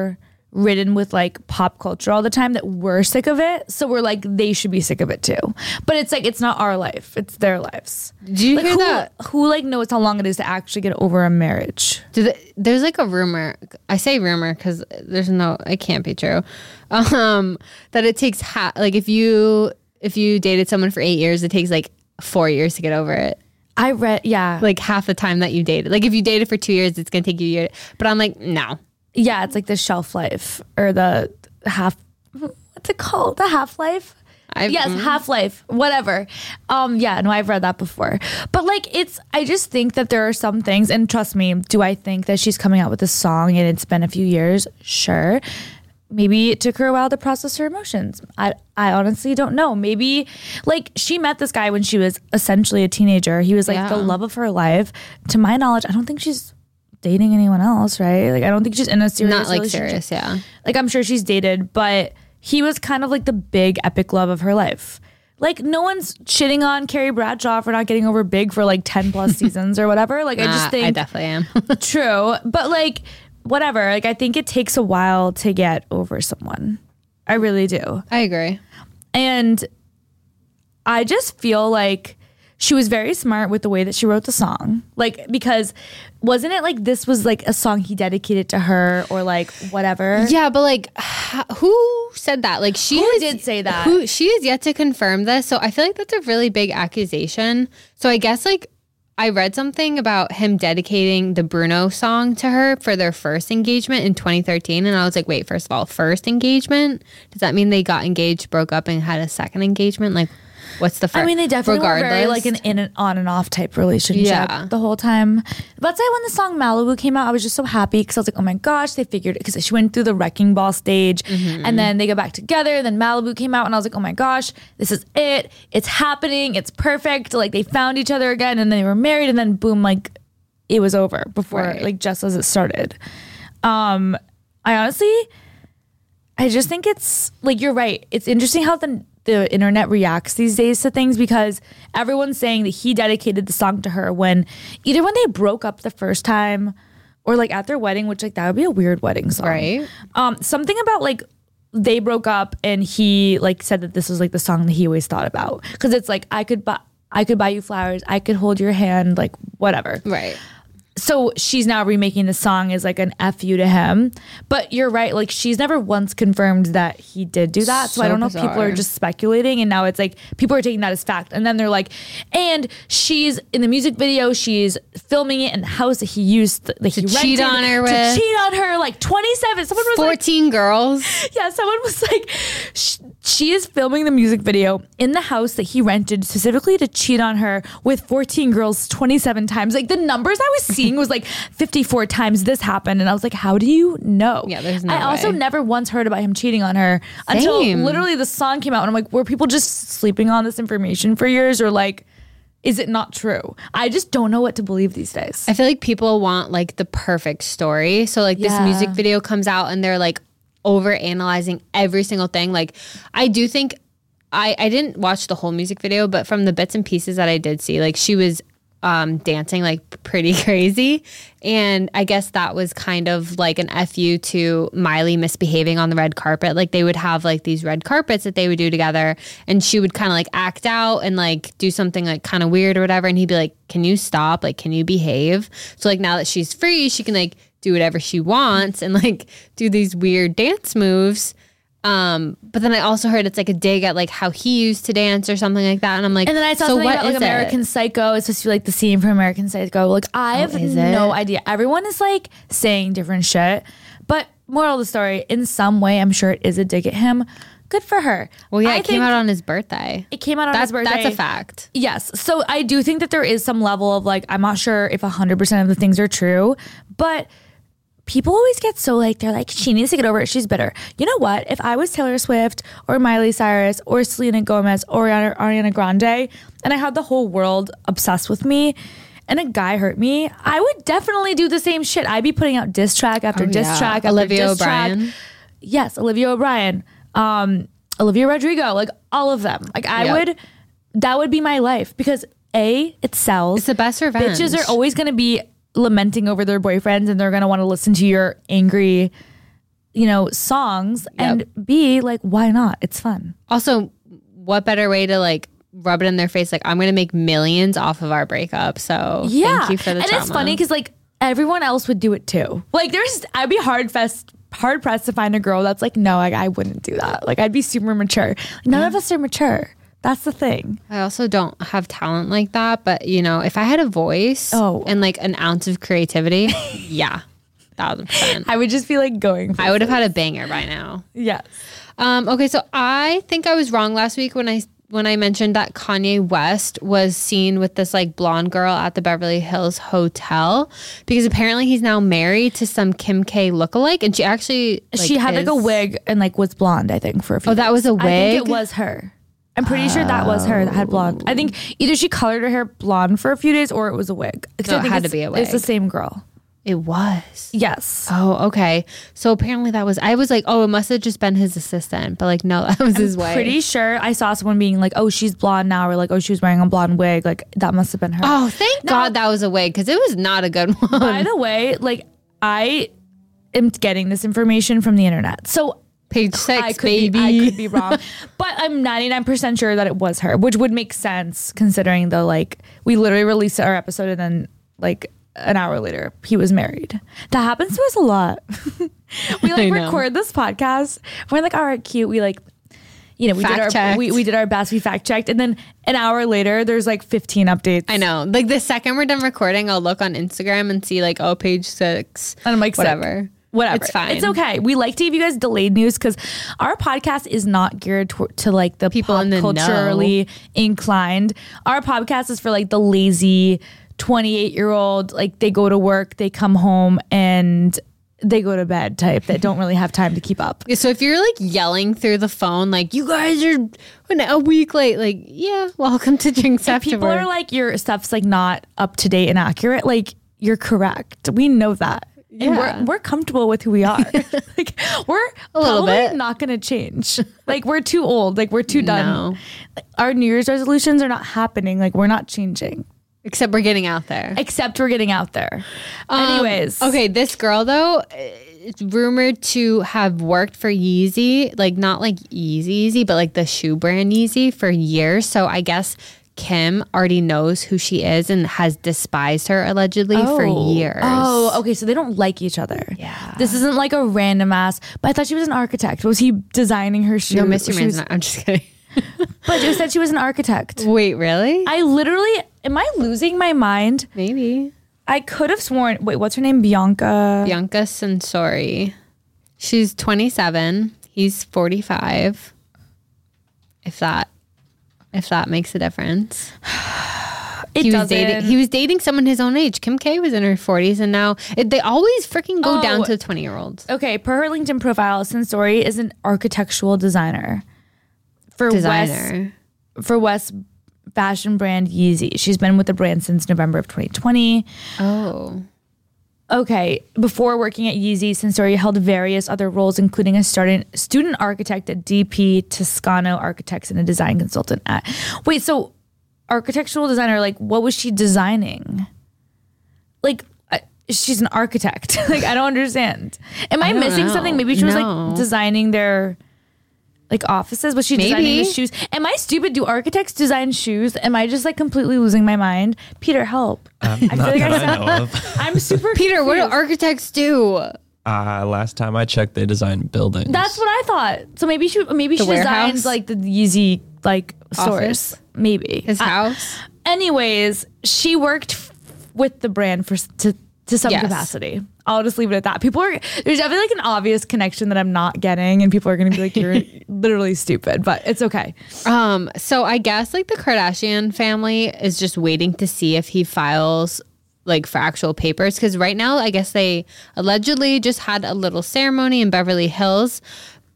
overridden with like pop culture all the time that we're sick of it. So we're like, they should be sick of it too. But it's like it's not our life; it's their lives. Did you Like hear who, that? who like knows how long it is to actually get over a marriage? Do they, there's like a rumor. I say rumor because there's no, it can't be true. Um, that it takes ha- like if you if you dated someone for eight years, it takes like four years to get over it. I read, yeah, Like half the time that you dated. Like if you dated for two years, it's gonna take you a year. But I'm like, no, yeah. It's like the shelf life or the half. What's it called? The half life. I've- yes, half life, whatever. Um, yeah, no, I've read that before. But like, it's I just think that there are some things, and trust me, do I think that she's coming out with this song and it's been a few years? Sure. Maybe it took her a while to process her emotions. I I honestly don't know. Maybe like she met this guy when she was essentially a teenager. He was like the Yeah. love of her life. To my knowledge, I don't think she's dating anyone else, right? Like I don't think she's in a serious not like relationship serious. Yeah, like I'm sure she's dated, but he was kind of like the big epic love of her life. Like no one's shitting on Carrie Bradshaw for not getting over big for like 10 plus seasons or whatever. Like I Uh, just I think definitely am. true, but like whatever. Like I think it takes a while to get over someone. I really do. I agree. And I just feel like she was very smart with the way that she wrote the song. Like because wasn't it like this was like a song he dedicated to her or like whatever? Yeah, but like, h- who said that? Like, she Who has- did say that? Who she is yet to confirm this. So I feel like that's a really big accusation. So I guess like I read something about him dedicating the Bruno song to her for their first engagement in 2013, and I was like, wait, first of all, first engagement? Does that mean they got engaged, broke up, and had a second engagement? Like, what's the first? I mean, they definitely were very like an in and on and off type relationship Yeah. the whole time. That's why when the song Malibu came out, I was just so happy because I was like, oh my gosh, they figured it. Because she went through the wrecking ball stage Mm-hmm. and then they got back together. Then Malibu came out and I was like, oh my gosh, this is it. It's happening. It's perfect. Like they found each other again and they were married and then boom, like it was over before, Right. like just as it started. Um, I honestly, I just think it's like you're right. It's interesting how the the internet reacts these days to things because everyone's saying that he dedicated the song to her when either when they broke up the first time or like at their wedding, which like that would be a weird wedding song. Right. Um, something about like they broke up and he like said that this was like the song that he always thought about. Cause it's like I could buy I could buy you flowers, I could hold your hand, like whatever right. so she's now remaking the song as like an F you to him. But you're right, like she's never once confirmed that he did do that. So, I So don't know if people bizarre. are just speculating and now it's like people are taking that as fact. And then they're like, and she's in the music video, she's filming it in the house that he used that he cheat rented, on her to with. cheat on her like 27. Someone was like, 14 girls. yeah, someone was like, sh- she is filming the music video in the house that he rented specifically to cheat on her with 14 girls 27 times. Like the numbers I was seeing was like 54 times this happened. And I was like, how do you know? Yeah, there's no I also way. never once heard about him cheating on her until Same. literally the song came out. And I'm like, were people just sleeping on this information for years or like, is it not true? I just don't know what to believe these days. I feel like people want like the perfect story. So like this Yeah. music video comes out and they're like over analyzing every single thing. Like I do think I I didn't watch the whole music video, but from the bits and pieces that I did see, like she was um dancing like pretty crazy. And I guess that was kind of like an FU to Miley misbehaving on the red carpet. Like they would have like these red carpets that they would do together and she would kind of like act out and like do something like kind of weird or whatever and he'd be like, "Can you stop? Like can you behave?" So like now that she's free, she can like do whatever she wants and like do these weird dance moves. Um, but then I also heard it's like a dig at like how he used to dance or something like that. And I'm like, And then I saw so something what about like is it?" American Psycho. It's supposed to be like the scene from American Psycho. Like I have is no it? idea. Everyone is like saying different shit. But moral of the story, in some way, I'm sure it is a dig at him. Good for her. Well, yeah, I it came think out on his birthday. It came out on That's his birthday. that's a fact. Yes. So I do think that there is some level of like, I'm not sure if 100% of the things are true, but people always get so like, they're like, she needs to get over it. She's bitter. You know what? If I was Taylor Swift or Miley Cyrus or Selena Gomez or Ariana, Ariana Grande and I had the whole world obsessed with me and a guy hurt me, I would definitely do the same shit. I'd be putting out diss track after diss Oh, yeah. track after Olivia diss track. O'Brien. Yes, Olivia O'Brien, um, Olivia Rodrigo, like all of them. Like I Yep. would, that would be my life because a it sells. It's the best revenge. Bitches are always going to be lamenting over their boyfriends, and they're going to want to listen to your angry, you know, songs. And b like, why not? It's fun. also, what better way to like rub it in their face? Like I'm gonna make millions off of our breakup. So Yeah, thank you for the and it's trauma. funny because like everyone else would do it too. Like there's, I'd be hard fest. Hard pressed to find a girl that's like, no, like, I wouldn't do that. Like, I'd be super mature. None of us are mature. That's the thing. I also don't have talent like that, but you know, if I had a voice Oh. and like an ounce of creativity, yeah, thousand percent. I would just be like going for I would have had a banger by now. Yes. Um, okay, so I think I was wrong last week when I when I mentioned that Kanye West was seen with this like blonde girl at the Beverly Hills hotel because apparently he's now married to some Kim K lookalike, and she actually she had like a is- wig and like was blonde, I think, for a few. Oh, that was a I think it wig? was her. I'm pretty sure that was her that had blonde. I think either she colored her hair blonde for a few days or it was a wig. 'Cause No, I it think had to it's- be a It's the wig. same girl. It was. Yes. Oh, okay. So apparently that was. I was like, oh, it must have just been his assistant, but like, no, that was his wife. Pretty sure I saw someone being like, "Oh, she's blonde now," or like, "Oh, she was wearing a blonde wig." Like that must have been her. Oh, thank God that was a wig because it was not a good one. By the way, like I am getting this information from the internet. So Page six, I could baby. Be, I could be wrong, but I'm 99% sure that it was her, which would make sense considering the like we literally released our episode and then like an hour later he was married. That happens to us a lot. we I like know. record this podcast. We're like, all right, cute. We like. You know, we did our Fact-checked. we, we did our best. We fact checked, and then an hour later, there's like 15 updates. I know. Like the second we're done recording, I'll look on Instagram and see like, oh, page six. And I'm like, sick. whatever. Whatever. It's fine. It's okay. We like to give you guys delayed news because our podcast is not geared to, to like the People pop in the know. culturally inclined. Our podcast is for like the lazy 28 year old. Like they go to work, they come home, and they go to bed type that don't really have time to keep up. So if you're like yelling through the phone, like you guys are an- a week late, like yeah, welcome to drinks If after people work. are like, your stuff's like not up to date and accurate, like you're correct. We know that. And Yeah. we're, we're comfortable with who we are. like we're a little bit. not going to change. Like we're too old. Like we're too done. No. Our New Year's resolutions are not happening. Like we're not changing. Except we're getting out there. Except we're getting out there. Um, Anyways, Okay, this girl though, it's rumored to have worked for Yeezy, like not like Yeezy Yeezy, but like the shoe brand Yeezy for years. So I guess Kim already knows who she is and has despised her allegedly for years. Oh, okay. So they don't like each other. Yeah. This isn't like a random ass. But I thought she was an architect. Was he designing her shoes? no, Mr. She was- Man's not. I'm just kidding. But you said she was an architect. Wait, really? I literally am I losing my mind? Maybe I could have sworn wait, what's her name? Bianca. Bianca Sensori. She's 27. He's 45. If that, if that makes a difference. It he was doesn't. dating. He was dating someone his own age. Kim K was in her forties, and now it, they always freaking go Oh. down to twenty year olds. okay, per her LinkedIn profile, Sensori is an architectural designer for Designer. West for West fashion brand Yeezy. She's been with the brand since November of 2020. Oh, Okay, before working at Yeezy, Sensori held various other roles, including a student student architect at DP Toscano Architects and a design consultant at. Wait, so architectural designer, like, what was she designing? Like, I, she's an architect. like, I don't understand. Am I, don't missing know. something? Maybe she was No. like designing their like offices. Was she designing the Maybe. shoes? Am I stupid? Do architects design shoes? Am I just like completely losing my mind? Peter, help! I feel like I I sound. know of. I'm super Peter, what do confused. architects do? Uh, last time I checked, they designed buildings. That's what I thought. So maybe she maybe she warehouse? designs like the Yeezy like Office? source. Maybe. His Uh, house. anyways, she worked f- with the brand for s- to to some Yes. capacity. I'll just leave it at that. People are there's definitely like an obvious connection that I'm not getting, and people are gonna be like, "You're literally stupid," but it's okay. Um. So I guess like the Kardashian family is just waiting to see if he files like for actual papers because right now I guess they allegedly just had a little ceremony in Beverly Hills,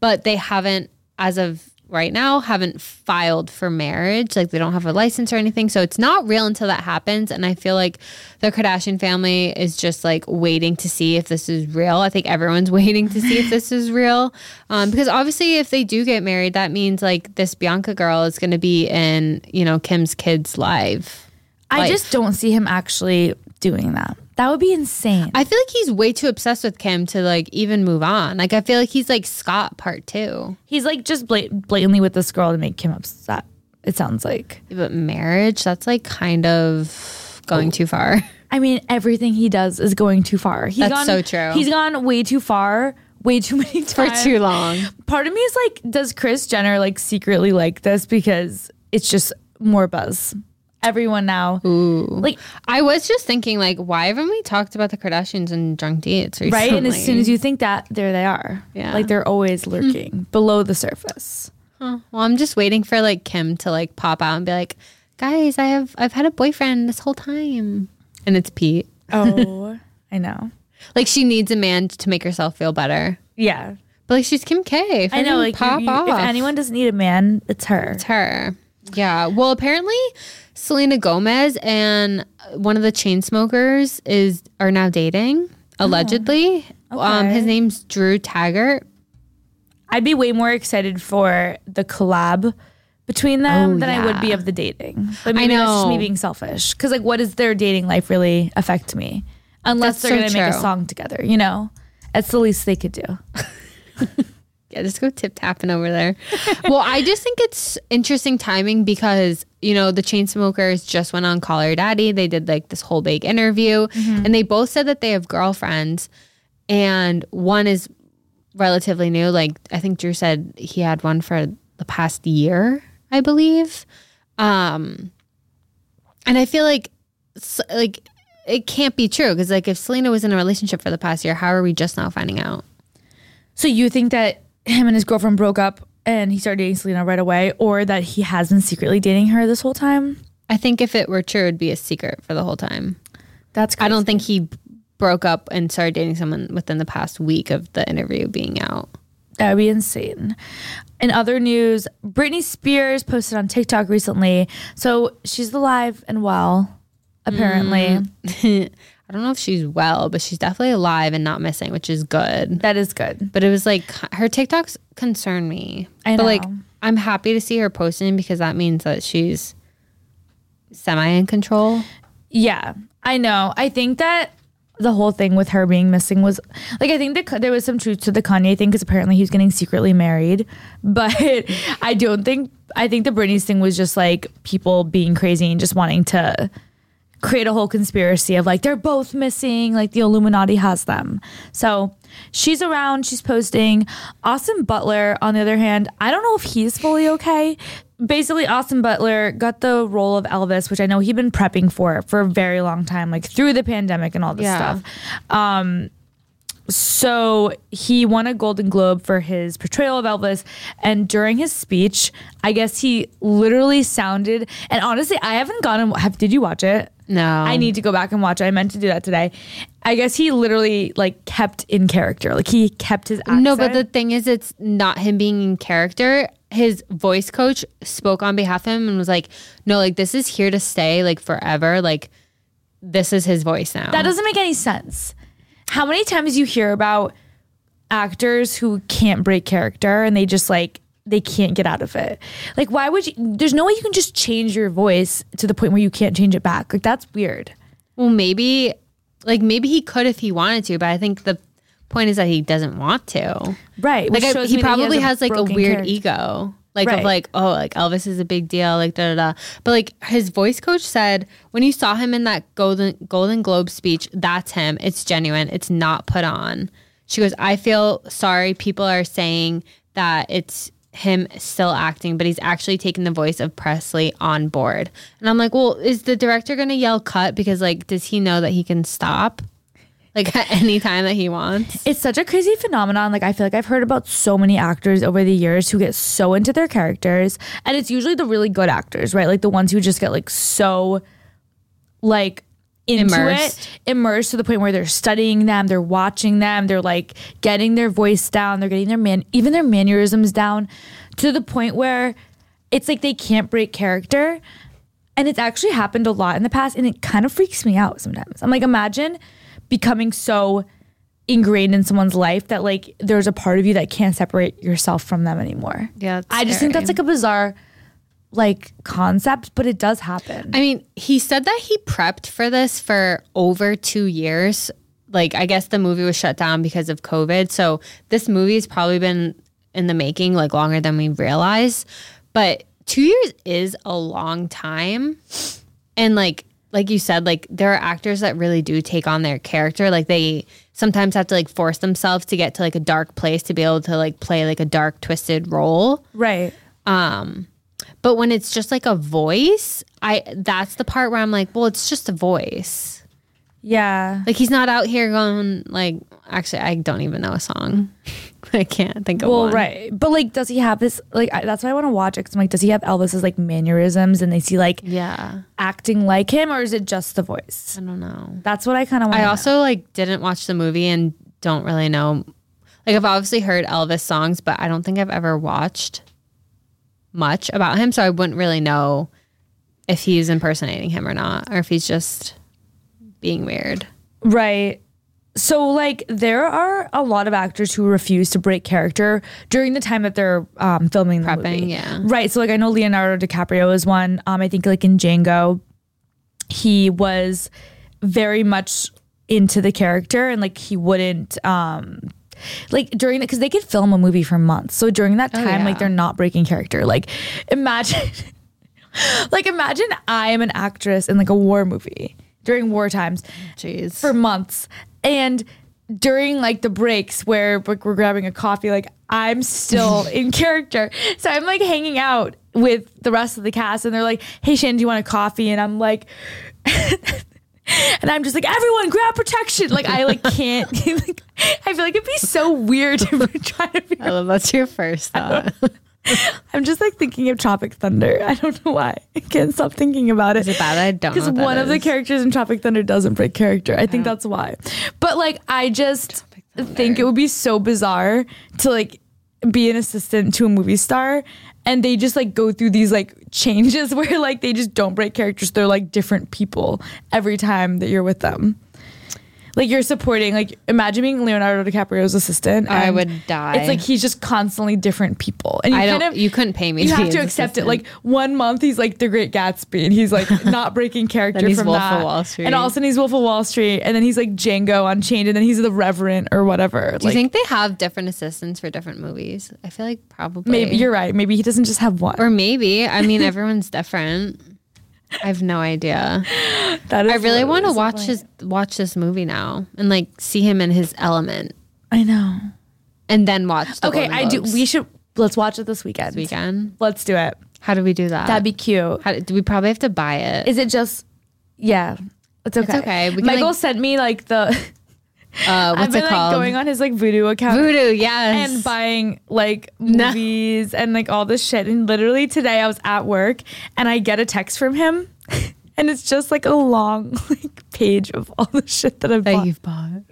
but they haven't as of right now haven't filed for marriage like they don't have a license or anything so it's not real until that happens and i feel like the kardashian family is just like waiting to see if this is real i think everyone's waiting to see if this is real um, because obviously if they do get married that means like this bianca girl is going to be in you know kim's kids live I Life. just don't see him actually doing that. That would be insane. i feel like he's way too obsessed with kim to like even move on like i feel like he's like scott part two He's like just blat- blatantly with this girl to make him upset. It sounds like. but marriage that's like kind of going too far I mean, everything he does is going too far. He's That's gone, so true. He's gone way too far, way too many times. for too long Part of me is like, does Chris Jenner like secretly like this because it's just more buzz. Everyone now, like I was just thinking, like, why haven't we talked about the Kardashians and drunk dates recently? right, and as soon as you think that, there they are. Yeah. like they're always lurking below the surface. well, I'm just waiting for like Kim to like pop out and be like, "Guys, I have I've had a boyfriend this whole time," and it's Pete. Oh, I know. Like, she needs a man to make herself feel better. Yeah, But like, she's Kim K. I Freaking know. Like, you- pop you- off. if anyone doesn't need a man, it's her. It's her. Yeah. Well, apparently Selena Gomez and one of the chain smokers is are now dating allegedly. Um, Oh. okay. his name's Drew Taggart. I'd be way more excited for the collab between them Oh, than I would be yeah. of the dating. But maybe that's just know. me being selfish. Because like, what does their dating life really affect me? Unless That's they're so gonna make a true. song together, you know. That's the least they could do. Yeah, just go tip tapping over there. well, I just think it's interesting timing because, you know, the chain smokers just went on Call Her Daddy. They did like this whole big interview and they both said that they have girlfriends. And one is relatively new. Like I think Drew said he had one for the past year, I believe. Um, and I feel like s- like it can't be true because like if Selena was in a relationship for the past year, how are we just now finding out? So you think that him and his girlfriend broke up and he started dating Selena right away, or that he has been secretly dating her this whole time? I think if it were true, it'd be a secret for the whole time. That's I crazy. don't think he b- broke up and started dating someone within the past week of the interview being out. That would be insane. In other news, Britney Spears posted on TikTok recently. So she's alive and well, apparently. I don't know if she's well, but she's definitely alive and not missing, which is good. That is good. But it was like her TikToks concern me. I But like know. I'm happy to see her posting because that means that she's semi in control. Yeah, I know. I think that the whole thing with her being missing was like I think that there was some truth to the Kanye thing because apparently he was getting secretly married, but I don't think I think the Britney's thing was just like people being crazy and just wanting to create a whole conspiracy of like they're both missing, like the Illuminati has them. So she's around, she's posting. Austin Butler, on the other hand, I don't know if he's fully okay. Basically, Austin Butler got the role of Elvis, which I know he'd been prepping for for a very long time, like through the pandemic and all this Yeah. stuff. Um, So he won a Golden Globe for his portrayal of Elvis. And during his speech, I guess he literally sounded, and honestly, I haven't gone and have, did you watch it? No. I need to go back and watch it. I meant to do that today. I guess he literally like kept in character. Like he kept his accent. No, but the thing is it's not him being in character. His voice coach spoke on behalf of him and was like, No, like this is here to stay like forever. Like this is his voice now. that doesn't make any sense. How many times you hear about actors who can't break character and they just like they can't get out of it. Like why would you there's no way you can just change your voice to the point where you can't change it back. Like that's weird. well maybe like maybe he could if he wanted to, but I think the point is that he doesn't want to. Right. like which I, shows he me that probably has, like a broken weird character. ego like of Right. like oh like elvis is a big deal like da da da but like his voice coach said when you saw him in that golden golden globe speech that's him it's genuine it's not put on she goes i feel sorry people are saying that it's him still acting but he's actually taking the voice of presley on board and i'm like well is the director gonna yell cut because like does he know that he can stop like at any time that he wants It's such a crazy phenomenon. Like I feel like I've heard about so many actors over the years who get so into their characters, and it's usually the really good actors, right? Like the ones who just get like so like into Immersed. it, immersed to the point where they're studying them, they're watching them, they're like getting their voice down, they're getting their man, even their mannerisms down, to the point where it's like they can't break character. And it's actually happened a lot in the past, and it kind of freaks me out sometimes. I'm like, imagine becoming so ingrained in someone's life that like there's a part of you that can't separate yourself from them anymore. Yeah, it's I just think scary. that's like a bizarre like concept, but it does happen. I mean, he said that he prepped for this for over two years. Like, I guess the movie was shut down because of COVID. So, this movie has probably been in the making like longer than we realize. But two years is a long time. And, like, like you said, like there are actors that really do take on their character. Like they sometimes have to like force themselves to get to like a dark place to be able to like play like a dark twisted role. right. But when it's just like a voice, I that's the part where I'm like, well, it's just a voice. Yeah. Like he's not out here going like actually I don't even know a song. I can't think of Well, one. right. But like, does he have this? Like, I, that's why I want to watch it. Cause I'm like, does he have Elvis's like mannerisms and is he like Yeah. acting like him or is it just the voice? I don't know. That's what I kind of want. I also like didn't watch the movie and don't really know like I've obviously heard Elvis songs, but I don't think I've ever watched much about him, so I wouldn't really know if he's impersonating him or not, or if he's just being weird. Right. So, like, there are a lot of actors who refuse to break character during the time that they're um, filming the Prepping, movie. yeah. Right. So, like, I know Leonardo DiCaprio is one. Um, I think, like, in Django, he was very much into the character and, like, he wouldn't um, like during the because they could film a movie for months. So during that time, Oh, yeah. like they're not breaking character. Like imagine, like imagine I am an actress in like a war movie during war times Jeez. for months and during like the breaks where like, we're grabbing a coffee like i'm still in character so i'm like hanging out with the rest of the cast and they're like hey shannon do you want a coffee and i'm like and i'm just like everyone grab protection like i like can't like, i feel like it'd be so weird to try to be I love that's your first thought. i'm just like thinking of tropic thunder i don't know why i can't stop thinking about it Is it bad? I don't know. because what that one of the is. Oh. characters in Tropic Thunder doesn't break character. I think that's why. But like, I just think it would be so bizarre to like be an assistant to a movie star, and they just like go through these like changes where like they just don't break characters. They're like different people every time that you're with them. Like you're supporting, like imagine being Leonardo DiCaprio's assistant. I and would die. It's like he's just constantly different people, and you I kind don't. of you couldn't pay me. you to be have to his accept it. assistant. Like one month, he's like the Great Gatsby, and he's like not breaking character Then he's from Wolf of that. Wall Street. And all of a sudden, he's Wolf of Wall Street, and then he's like Django Unchained, and then he's the Reverend or whatever. do you like, think they have different assistants for different movies? I feel like probably. maybe you're right? Maybe he doesn't just have one. Or maybe. I mean, everyone's different. I have no idea. that is I really want to hilarious. watch his watch this movie now and like see him in his element, I know. and then watch. The Okay, Golden I do. Globes We should let's watch it this weekend. weekend. Let's do it. How do we do that? That'd be cute. How, do we probably have to buy it? Is it just? Yeah, it's okay. okay. We can, Michael like- sent me like the. uh, I've what's been it like called? going on his like voodoo account. Voodoo. Yes. and buying like movies and like all this shit. And literally today I was at work and I get a text from him and it's just like a long like page of all the shit that I've that bought. you've bought.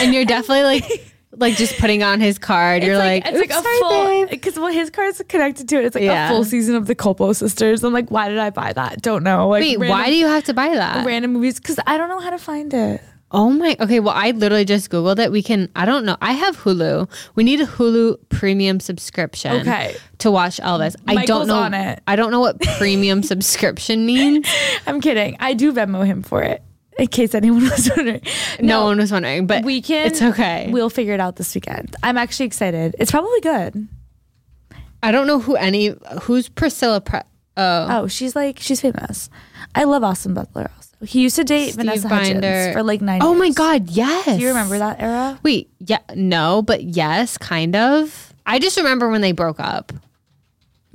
and you're definitely like like just putting on his card. It's you're like, it's like "Oops, a sorry, full babe." because well his card's connected to it. It's like Yeah. a full season of the Copo sisters. I'm like, why did I buy that? Don't know. Like Wait, random, why do you have to buy that? random movies? Because I don't know how to find it. Oh my. Okay, well I literally just googled it. We can I don't know. I have Hulu. We need a Hulu premium subscription Okay. to watch Elvis. I Michael's don't know on it. I don't know what premium subscription means. I'm kidding. I do Venmo him for it. In case anyone was wondering. No, one was wondering, but We can. Eh, It's okay. We'll figure it out this weekend. I'm actually excited. It's probably good. I don't know who any who's Priscilla Pre- Oh, Oh, she's like she's famous. I love Austin Butler. Also, he used to date Vanessa Binder. Hudgens for like nine. oh my years. god, yes. Do you remember that era? Wait, yeah, no, but yes, kind of. I just remember when they broke up.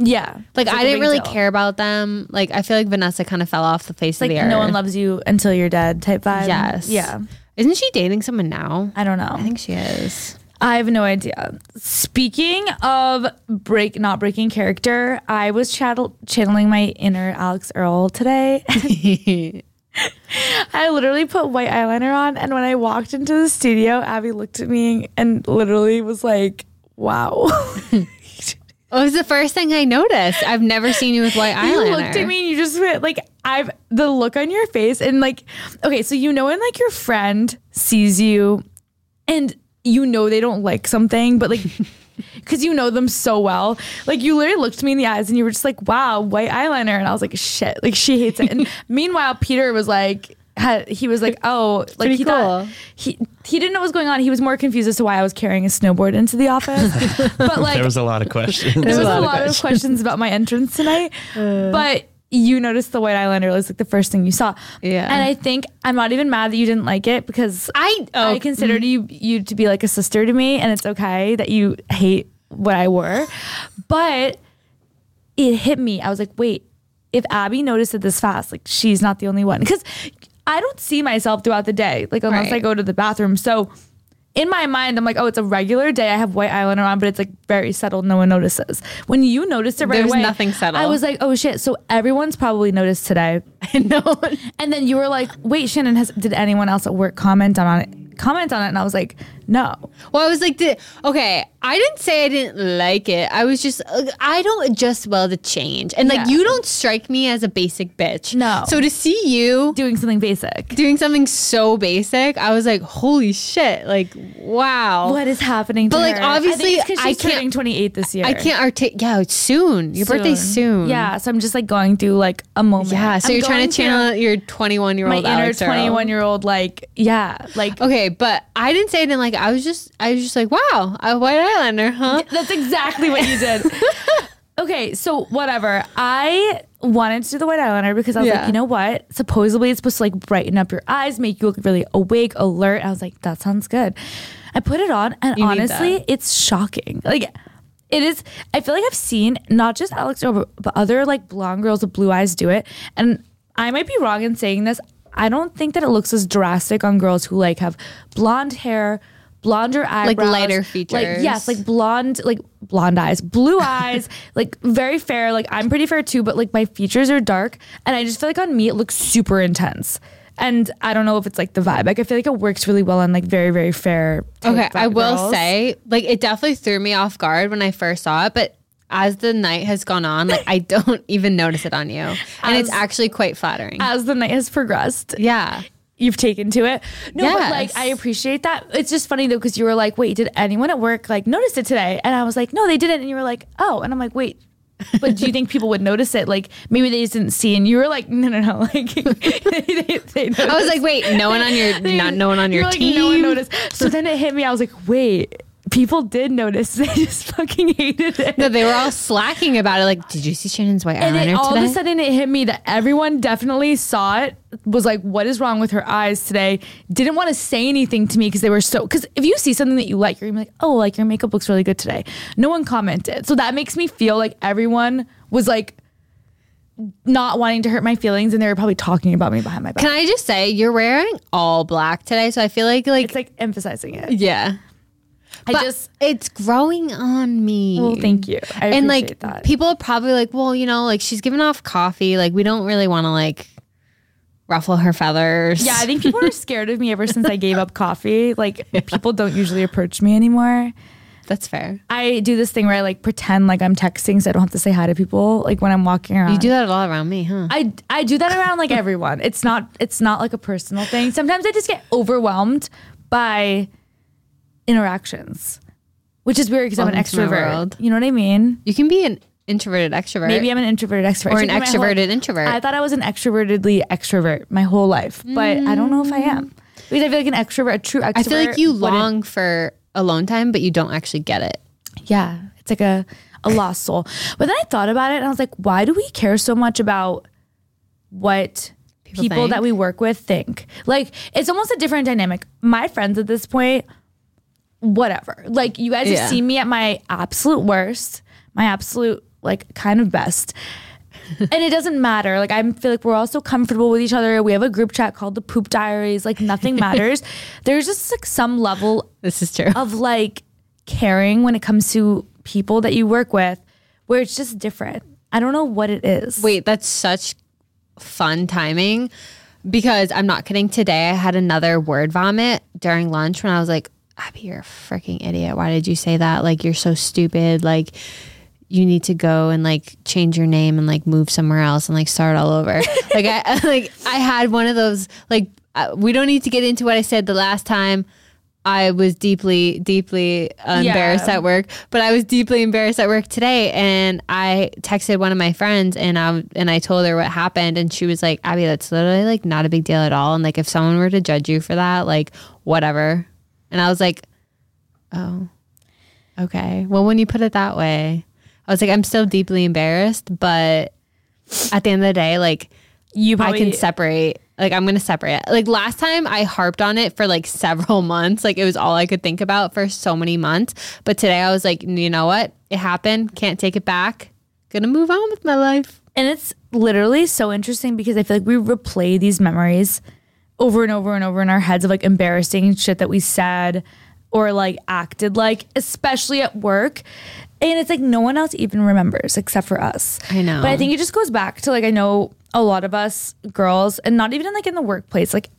Yeah, Like, It's I a didn't big really deal. care about them. Like I feel like Vanessa kind of fell off the face Like of the earth. no one loves you until you're dead type vibe. Yes. Yeah. Isn't she dating someone now? I don't know. I think she is. I have no idea. Speaking of break, not breaking character, I was chattel- channeling my inner Alex Earl today. I literally put white eyeliner on, and when I walked into the studio, Abby looked at me and literally was like, "Wow." It was the first thing I noticed. I've never seen you with white eyeliner. You looked at me and you just went like I've the look on your face and like okay, so you know when like your friend sees you and you know they don't like something, but like because you know them so well. Like you literally looked me in the eyes and you were just like, wow, white eyeliner. And I was like, shit, like she hates it. And meanwhile, Peter was like, had, he was like, oh, like Pretty he thought cool. he he didn't know what was going on. He was more confused as to why I was carrying a snowboard into the office. but like there was a lot of questions. there was a a lot of Uh. lot of questions about my entrance tonight, but you noticed the white eyeliner was like the first thing you saw. Yeah. and I think I'm not even mad that you didn't like it because I oh, I considered you you to be like a sister to me, and it's okay that you hate what I wore, but it hit me. I was like, wait, if Abby noticed it this fast, like she's not the only one because I don't see myself throughout the day, like unless Right. I go to the bathroom. So. In my mind, I'm like, oh, it's a regular day. I have white eyeliner on, but it's like very subtle. No one notices. When you noticed it right There's away, nothing subtle. I was like, oh shit. So everyone's probably noticed today. no one. And then you were like, "Wait, Shannon, has did anyone else at work comment on it? Comment on it?" And I was like, "No." Well, I was like, did, okay, I didn't say I didn't like it. I was just, uh, I don't adjust well to change. And like, Yeah. you don't strike me as a basic bitch. No. So to see you Doing something basic. doing something so basic, I was like, holy shit. Like, wow. What is happening? To But, like, her? obviously, I, think it's 'cause I she's can't- turning 28 this year. I can't articulate. Yeah, it's soon. Your birthday's soon. Yeah, so I'm just like going through like a moment. Yeah. So I'm you're trying going to through channel your 21 year my old inner Alex Earl. 21 year old. Like, yeah, like Okay, but I didn't say I didn't like I was just, I was just like, wow, a white eyeliner, huh? That's exactly what you did. okay, so whatever. I wanted to do the white eyeliner because I was Yeah. like, you know what? Supposedly it's supposed to like brighten up your eyes, make you look really awake, alert. I was like, that sounds good. I put it on, and You need honestly, it's shocking. Like. It is. I feel like I've seen not just Alex Rowe, but- but other like blonde girls with blue eyes do it. And I might be wrong in saying this. I don't think that it looks as drastic on girls who like have blonde hair, blonder eyebrows, lighter Like, yes, features. like blonde, like blonde eyes, blue eyes, like very fair. Like I'm pretty fair too, but like my features are dark, and I just feel like on me it looks super intense. And I don't know if it's like the vibe. Like I feel like it works really well on like very very fair. type Okay, I vi- will girls. say, like, it definitely threw me off guard when I first saw it, but as the night has gone on, like, I don't even notice it on you, and it's As- actually quite flattering. as the night has progressed, yeah, you've taken to it. No, but like Yes. I appreciate that. It's just funny though because you were like, "Wait, did anyone at work like notice it today?" And I was like, "No, they didn't." And you were like, "Oh," and I'm like, "Wait." but do you think people would notice it? Like maybe they just didn't see, and you were like, "No, no, no!" Like they, they, they I was like, wait, no one on your, not no one on You're your like, team. No one noticed. So then it hit me. I was like, "Wait, people did notice. They just fucking hated it." No, they were all slacking about it. Like, did you see Shannon's white And eyeliner it, all today? of a sudden, it hit me that everyone definitely saw it. Was like, what is wrong with her eyes today? Didn't want to say anything to me because they were so. Because if you see something that you like, you're gonna be like, oh, like your makeup looks really good today. No one commented, so that makes me feel like everyone was like not wanting to hurt my feelings, and they were probably talking about me behind my back. Can I just say you're wearing all black today? So I feel like, like, it's like emphasizing it. yeah, I But just. it's growing on me. Well, thank you. I and appreciate like that. people are probably like, well, you know, like she's giving off coffee. Like we don't really want to like ruffle her feathers. Yeah, I think people are scared of me ever since I gave up coffee. Like people don't usually approach me anymore. that's fair. I do this thing where I like pretend like I'm texting so I don't have to say hi to people like when I'm walking around. You do that all around me, huh? I, I do that around like everyone. It's not it's not like a personal thing. Sometimes I just get overwhelmed by interactions, which is weird because I'm an Welcome to my world. extrovert. You know what I mean? You can be an introverted extrovert. Maybe I'm an introverted extrovert or an Actually, my whole- extroverted introvert. I thought I was an extrovertedly extrovert my whole life, but I don't know if I am. Because I feel like an extrovert, a true extrovert. Mm. I feel like you wouldn't- long for alone time, but you don't actually get it. Yeah, it's like a, a lost soul. But then I thought about it and I was like, why do we care so much about what people, think? that we work with think? Like, it's almost a different dynamic. My friends at this point, whatever. Like, you guys Yeah. have seen me at my absolute worst, my absolute, like, kind of best. and it doesn't matter. Like I feel like we're all so comfortable with each other. We have a group chat called the Poop Diaries. Like nothing matters. There's just like some level This is true. of like caring when it comes to people that you work with where it's just different. I don't know what it is. Wait, that's such fun timing because I'm not kidding. Today I had another word vomit during lunch when I was like, Abby, you're a freaking idiot. Why did you say that? Like, you're so stupid. Like, you need to go and like change your name and like move somewhere else and like start all over. like, I like I had one of those. Like, uh, we don't need to get into what I said the last time. I was deeply, deeply embarrassed at work, but I was deeply embarrassed at work today. And I texted one of my friends and I and I told her what happened, and she was like, "Abby, that's literally like not a big deal at all. And like, if someone were to judge you for that, like, whatever." And I was like, "Oh, okay. Well, when you put it that way, I was like, I'm still deeply embarrassed, but at the end of the day, like, you I can separate. Like I'm gonna separate. it. Like last time I harped on it for like several months. Like it was all I could think about for so many months. But today I was like, you know what? It happened. Can't take it back. Gonna move on with my life. and it's literally so interesting because I feel like we replay these memories over and over and over in our heads of like embarrassing shit that we said or like acted like, especially at work. And it's like no one else even remembers except for us. I know. But I think it just goes back to like, I know a lot of us girls, and not even like in the workplace, like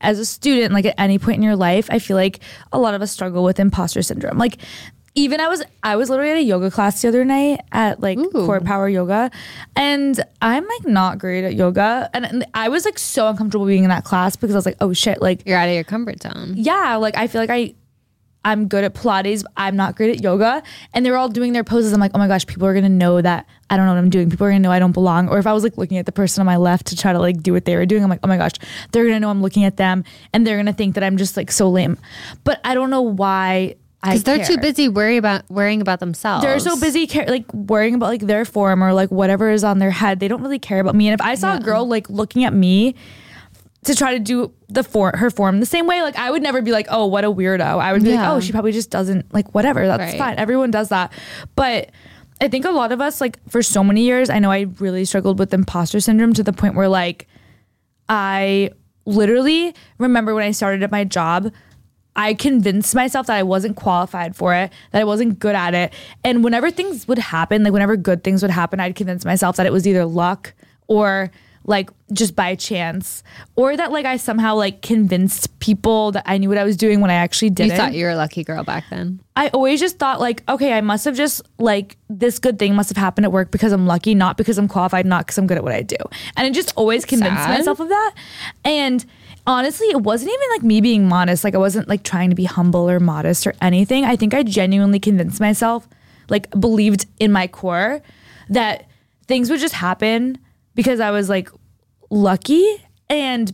as a student, like at any point in your life, I feel like a lot of us struggle with imposter syndrome. Like even I was I was literally at a yoga class the other night at like core power yoga and I'm like not great at yoga and, and I was like so uncomfortable being in that class because I was like oh shit like You're out of your comfort zone. yeah like I feel like I I'm good at Pilates, but I'm not great at yoga. And they were all doing their poses. I'm like, oh my gosh, people are gonna know that I don't know what I'm doing. People are gonna know I don't belong. Or if I was like looking at the person on my left to try to like do what they were doing, I'm like, oh my gosh, they're gonna know I'm looking at them and they're gonna think that I'm just like so lame. But I don't know why I Because they're care. too busy worry about worrying about themselves. They're so busy care, like worrying about like their form or like whatever is on their head. They don't really care about me. And if I saw a girl like looking at me to try to do the form her form the same way, like I would never be like, oh, what a weirdo. I would be Yeah. like, oh, she probably just doesn't like whatever. That's Right. fine. Everyone does that, but. I think a lot of us, like for so many years, I know I really struggled with imposter syndrome to the point where, like, I literally remember when I started at my job, I convinced myself that I wasn't qualified for it, that I wasn't good at it. And whenever things would happen, like whenever good things would happen, I'd convince myself that it was either luck or like just by chance or that like I somehow like convinced people that I knew what I was doing when I actually You didn't. thought you were a lucky girl back then. I always just thought like, okay, I must have just like this good thing must have happened at work because I'm lucky, not because I'm qualified, not because I'm good at what I do. And I just always convinced Sad. myself of that. And honestly, it wasn't even like me being modest. Like I wasn't like trying to be humble or modest or anything. I think I genuinely convinced myself, like believed in my core that things would just happen because I was like lucky and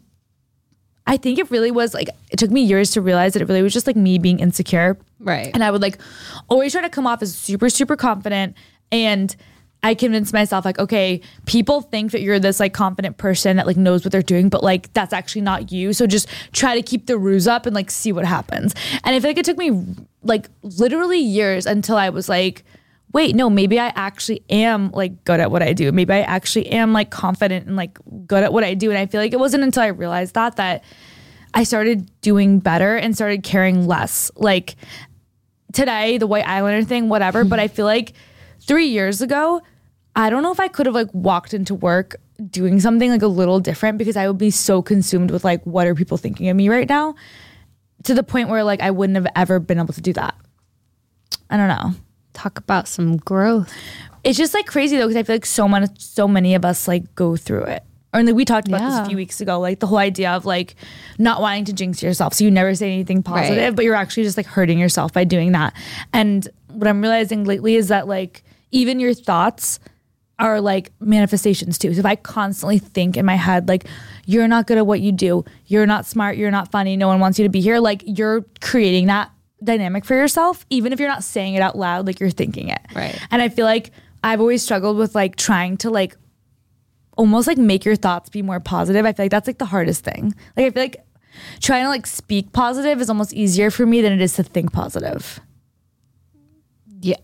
I think it really was like it took me years to realize that it really was just like me being insecure Right. and I would like always try to come off as super, super confident. And I convinced myself, like, okay, people think that you're this like confident person that like knows what they're doing, but like that's actually not you. So just try to keep the ruse up and like see what happens. And I feel like it took me like literally years until I was like, wait, no, maybe I actually am like good at what I do. Maybe I actually am like confident and like good at what I do. And I feel like it wasn't until I realized that that I started doing better and started caring less. Like today, the white eyeliner thing, whatever. but I feel like three years ago, I don't know if I could have like walked into work doing something like a little different because I would be so consumed with like what are people thinking of me right now to the point where like I wouldn't have ever been able to do that. I don't know. Talk about some growth. It's just like crazy though because I feel like so much, so many of us like go through it. Or like we talked about this Yeah. a few weeks ago, like the whole idea of like not wanting to jinx yourself, so you never say anything positive, Right. but you're actually just like hurting yourself by doing that. And what I'm realizing lately is that like even your thoughts are like manifestations too. So if I constantly think in my head like you're not good at what you do, you're not smart, you're not funny, no one wants you to be here, like you're creating that dynamic for yourself even if you're not saying it out loud like you're thinking it. Right. And I feel like I've always struggled with like trying to like almost like make your thoughts be more positive. I feel like that's like the hardest thing. Like I feel like trying to like speak positive is almost easier for me than it is to think positive. Yeah.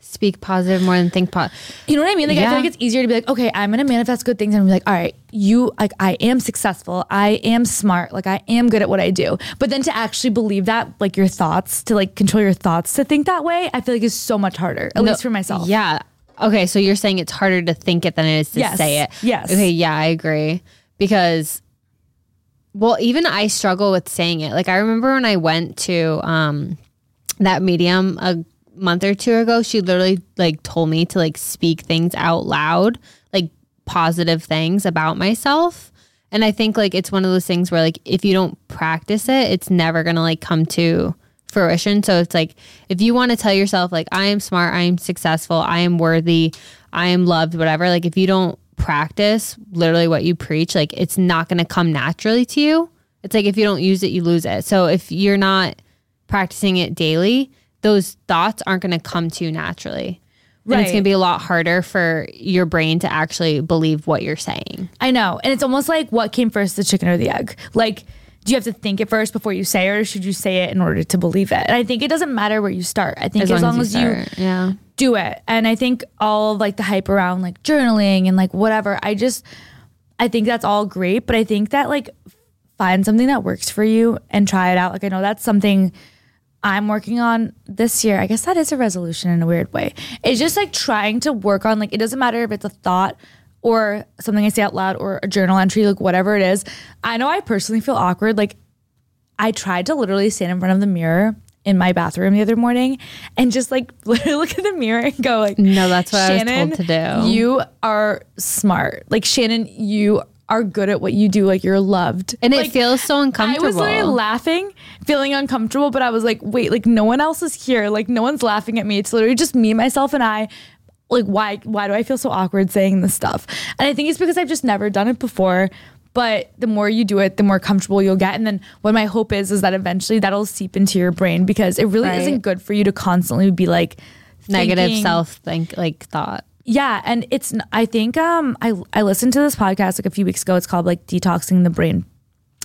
Speak positive more than think positive. You know what I mean? Like I Yeah. feel like it's easier to be like, okay, I'm gonna manifest good things and be like, all right, you like I am successful, I am smart, like I am good at what I do. But then to actually believe that, like your thoughts, to like control your thoughts to think that way, I feel like is so much harder. At least for myself. Yeah. Okay. So you're saying it's harder to think it than it is to Yes. say it. Yes. Okay. Yeah, I agree. Because, well, even I struggle with saying it. Like, I remember when I went to um, that medium a month or two ago, she literally like told me to like speak things out loud, like positive things about myself. And I think like it's one of those things where like if you don't practice it, it's never gonna like come to fruition. So it's like if you want to tell yourself like I am smart, I am successful, I am worthy, I am loved, whatever, like if you don't practice literally what you preach, like it's not gonna come naturally to you. It's like if you don't use it, you lose it. So if you're not practicing it daily, those thoughts aren't going to come to you naturally. Right. And it's Right. going to be a lot harder for your brain to actually believe what you're saying. I know. And it's almost like what came first, the chicken or the egg? Like, do you have to think it first before you say it, or should you say it in order to believe it? And I think it doesn't matter where you start. I think as, long, as, you, start. yeah. do it. And I think all of like the hype around like journaling and like whatever, I just, I think that's all great. But I think that like find something that works for you and try it out. Like, I know that's something I'm working on this year. I guess that is a resolution in a weird way. It's just like trying to work on like it doesn't matter if it's a thought or something I say out loud or a journal entry, like whatever it is. I know I personally feel awkward. Like I tried to literally stand in front of the mirror in my bathroom the other morning and just like literally look in the mirror and go like No, that's what I was told to do." You are smart. Like Shannon, you are good at what you do, like you're loved. And Like, it feels so uncomfortable. I was literally laughing, feeling uncomfortable, but I was like, wait, like no one else is here. Like no one's laughing at me. It's literally just me, myself, and I. Like why why do I feel so awkward saying this stuff? And I think it's because I've just never done it before. But the more you do it, the more comfortable you'll get. And then what my hope is is that eventually that'll seep into your brain because it really Right. isn't good for you to constantly be like Negative thinking- self think like thought. yeah, and it's n- I think um I I listened to this podcast like a few weeks ago. It's called like detoxing the brain.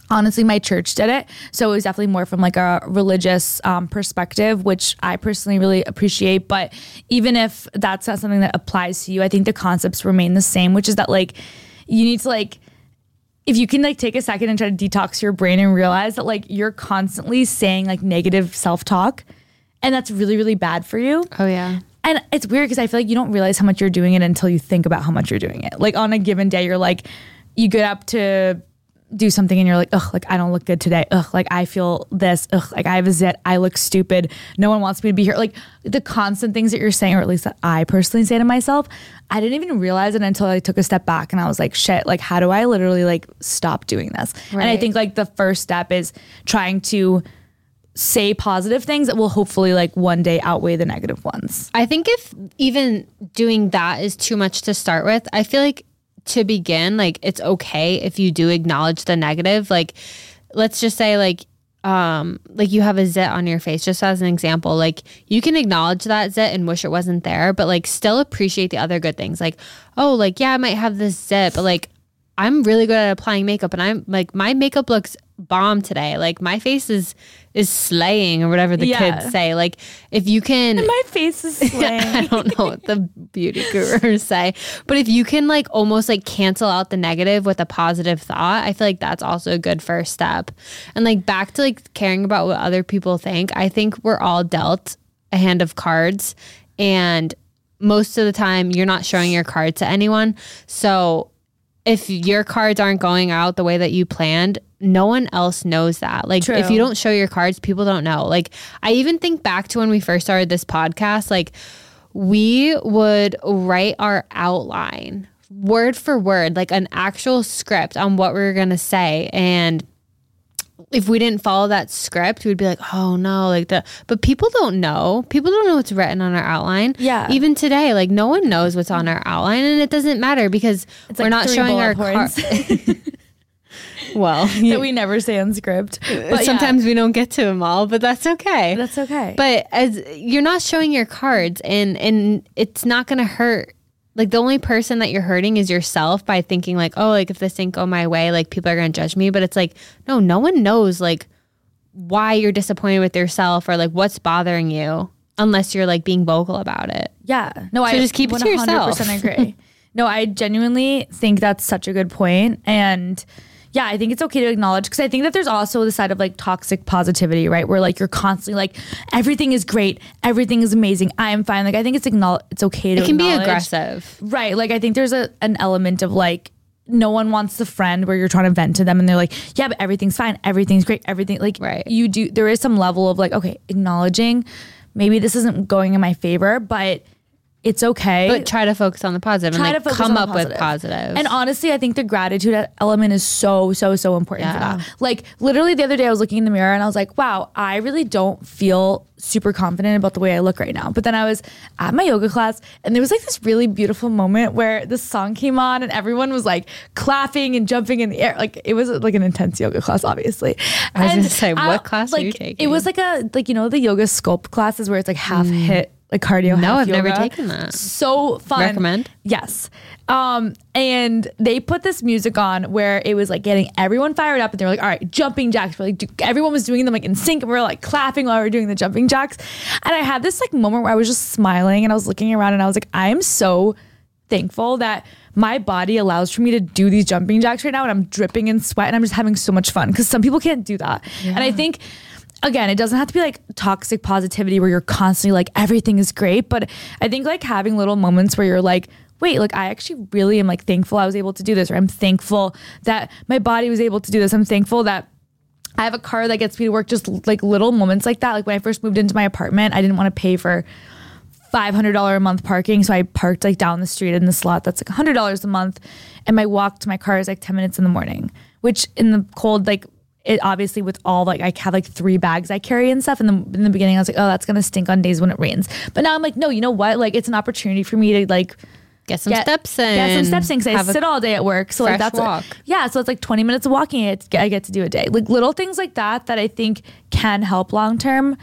Honestly, my church did it, so it was definitely more from like a religious um, perspective, which I personally really appreciate. But even if that's not something that applies to you, I think the concepts remain the same, which is that like you need to like if you can like take a second and try to detox your brain and realize that like you're constantly saying like negative self talk, and that's really really bad for you. Oh yeah. And it's weird because I feel like you don't realize how much you're doing it until you think about how much you're doing it. Like on a given day, you're like, you get up to do something and you're like, ugh, like I don't look good today. Ugh, like I feel this. Ugh, like I have a zit. I look stupid. No one wants me to be here. Like the constant things that you're saying, or at least that I personally say to myself, I didn't even realize it until I took a step back and I was like, shit, like how do I literally like stop doing this? And I Right. think like the first step is trying to say positive things that will hopefully like one day outweigh the negative ones. I think if even doing that is too much to start with, I feel like to begin, like it's okay if you do acknowledge the negative. Like, let's just say, like, um, like you have a zit on your face, just as an example. Like, you can acknowledge that zit and wish it wasn't there, but like still appreciate the other good things. Like, oh, like yeah, I might have this zit, but like I'm really good at applying makeup and I'm like my makeup looks bomb today. Like my face is is slaying or whatever the Yeah. kids say. Like if you can My face is slaying. I don't know what the beauty gurus say, but if you can like almost like cancel out the negative with a positive thought, I feel like that's also a good first step. And like back to like caring about what other people think, I think we're all dealt a hand of cards and most of the time you're not showing your card to anyone. So if your cards aren't going out the way that you planned, no one else knows that. Like if True. you don't show your cards, people don't know. Like I even think back to when we first started this podcast, like we would write our outline word for word, like an actual script on what we were going to say and if we didn't follow that script, we'd be like, "Oh no!" Like the, but people don't know. People don't know what's written on our outline. Yeah. Even today, like no one knows what's on our outline, and it doesn't matter because we're like not three showing bullet our car- well, that we never say on script. But sometimes we don't get to them all, but that's okay. yeah, that's okay. But as you're not showing your cards, and and it's not gonna hurt. Like the only person that you're hurting is yourself by thinking like, oh, like if this didn't go my way, like people are gonna judge me. But it's like, no, no one knows like why you're disappointed with yourself or like what's bothering you unless you're like being vocal about it. yeah, no, I just keep it to yourself. 100% agree. no, I genuinely think that's such a good point, and yeah, I think it's okay to acknowledge because I think that there's also the side of like toxic positivity, right? Where like you're constantly like everything is great, everything is amazing, I am fine. Like I think it's acknowledge, it's okay to It can be acknowledge- aggressive. Right. Like I think there's a an element of like no one wants the friend where you're trying to vent to them and they're like, yeah, but everything's fine, everything's great, everything like Right. you do there is some level of like, okay, acknowledging maybe this isn't going in my favor, but it's okay. But try to focus on the positive Try and to like focus come on the up with positive. and honestly, I think the gratitude element is so, so, so important Yeah. for that. Like literally the other day I was looking in the mirror and I was like, wow, I really don't feel super confident about the way I look right now. But then I was at my yoga class and there was like this really beautiful moment where the song came on and everyone was like clapping and jumping in the air. Like it was like an intense yoga class, obviously. I was gonna say, what class were like, you It taking? Mm. was like a like, you know, the yoga sculpt classes where it's like half hit like cardio. no, half I've never yoga taken that. so fun. Recommend? Yes. Um, and they put this music on where it was like getting everyone fired up, and they were like, "All right, jumping jacks." We're like, do- everyone was doing them like in sync, and we were like clapping while we were doing the jumping jacks. And I had this like moment where I was just smiling, and I was looking around, and I was like, "I am so thankful that." My body allows for me to do these jumping jacks right now, and I'm dripping in sweat, and I'm just having so much fun because some people can't do that. And I think again, it doesn't have to be like toxic positivity where you're constantly like everything is great, but I think like having little moments where you're like, wait, like I actually really am like thankful I was able to do this, or I'm thankful that my body was able to do this. I'm thankful that I have a car that gets me to work. Just like little moments like that. Like when I first moved into my apartment, I didn't want to pay for $500 a month parking. So I parked like down the street in this lot that's like $100 a month. And my walk to my car is like 10 minutes in the morning, which in the cold, like it obviously with all like I have like three bags I carry and stuff. In the in the beginning, I was like, oh, that's gonna stink on days when it rains. But now I'm like, no, you know what? Like it's an opportunity for me to like Get some steps in. Get some steps in because Have I a- sit all day at work. So like fresh that's walk. yeah. So it's like 20 minutes of walking. I get, I get to do a day. Like little things like that that I think can help long term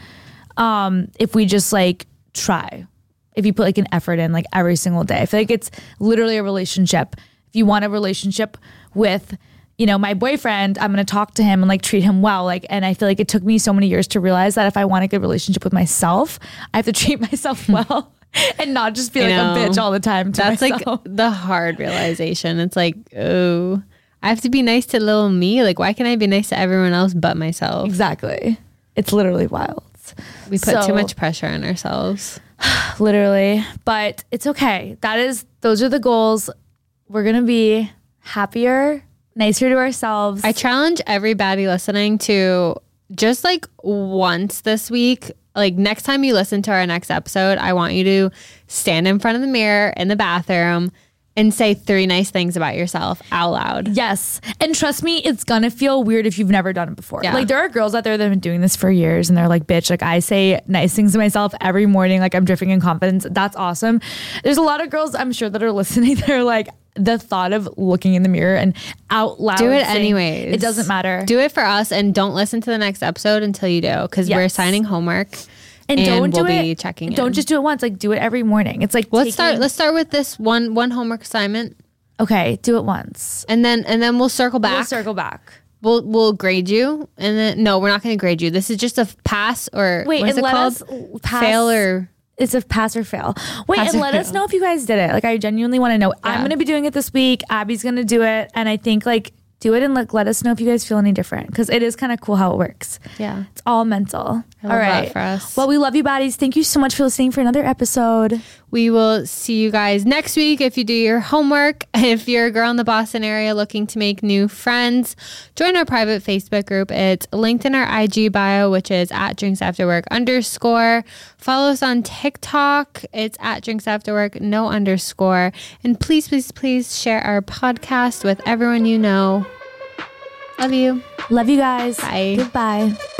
um, if we just like try. If you put like an effort in like every single day, I feel like it's literally a relationship. If you want a relationship with you know my boyfriend i'm going to talk to him and like treat him well like and i feel like it took me so many years to realize that if i want a good relationship with myself i have to treat myself well and not just be like know. a bitch all the time to That's myself. like the hard realization. It's like, oh, I have to be nice to little me. Like, why can I be nice to everyone else but myself? Exactly. It's literally wild. We put So- too much pressure on ourselves. Literally. But it's okay. That is those are the goals. We're gonna be happier, nicer to ourselves. I challenge everybody listening to just like once this week, like next time you listen to our next episode, I want you to stand in front of the mirror in the bathroom and say three nice things about yourself out loud. yes. And trust me, it's gonna feel weird if you've never done it before. Yeah. Like there are girls out there that have been doing this for years and they're like, bitch, like I say nice things to myself every morning, like I'm drifting in confidence. That's awesome. There's a lot of girls I'm sure that are listening that are like the thought of looking in the mirror and out loud. Do it saying- anyways. It doesn't matter. Do it for us and don't listen to the next episode until you do because we're Yes. signing homework and, don't we'll do be it. checking Don't in. just do it once. Like do it every morning. It's like Let's taking- start let's start with this one one homework assignment Okay, do it once. and then and then we'll circle back. We'll circle back. We'll we'll grade you, and then no, we're not going to grade you. This is just a f- pass or Wait, what is and it let called? us l- pass- fail or It's a pass or fail. Wait, Pass and or let us fail. know if you guys did it. Like I genuinely want to know. I'm Yeah. gonna be doing it this week. Abby's gonna do it, and I think like do it and like let us know if you guys feel any different because it is kind of cool how it works. yeah. It's all mental. love all that right. for us. Well, we love you, baddies. Thank you so much for listening for another episode. We will see you guys next week if you do your homework. If you're a girl in the Boston area looking to make new friends, join our private Facebook group. It's linked in our IG bio, which is at drinks after work underscore. Follow us on TikTok. It's at drinks after work, no underscore. And please, please, please share our podcast with everyone you know. Love you. Love you guys. Bye. Goodbye.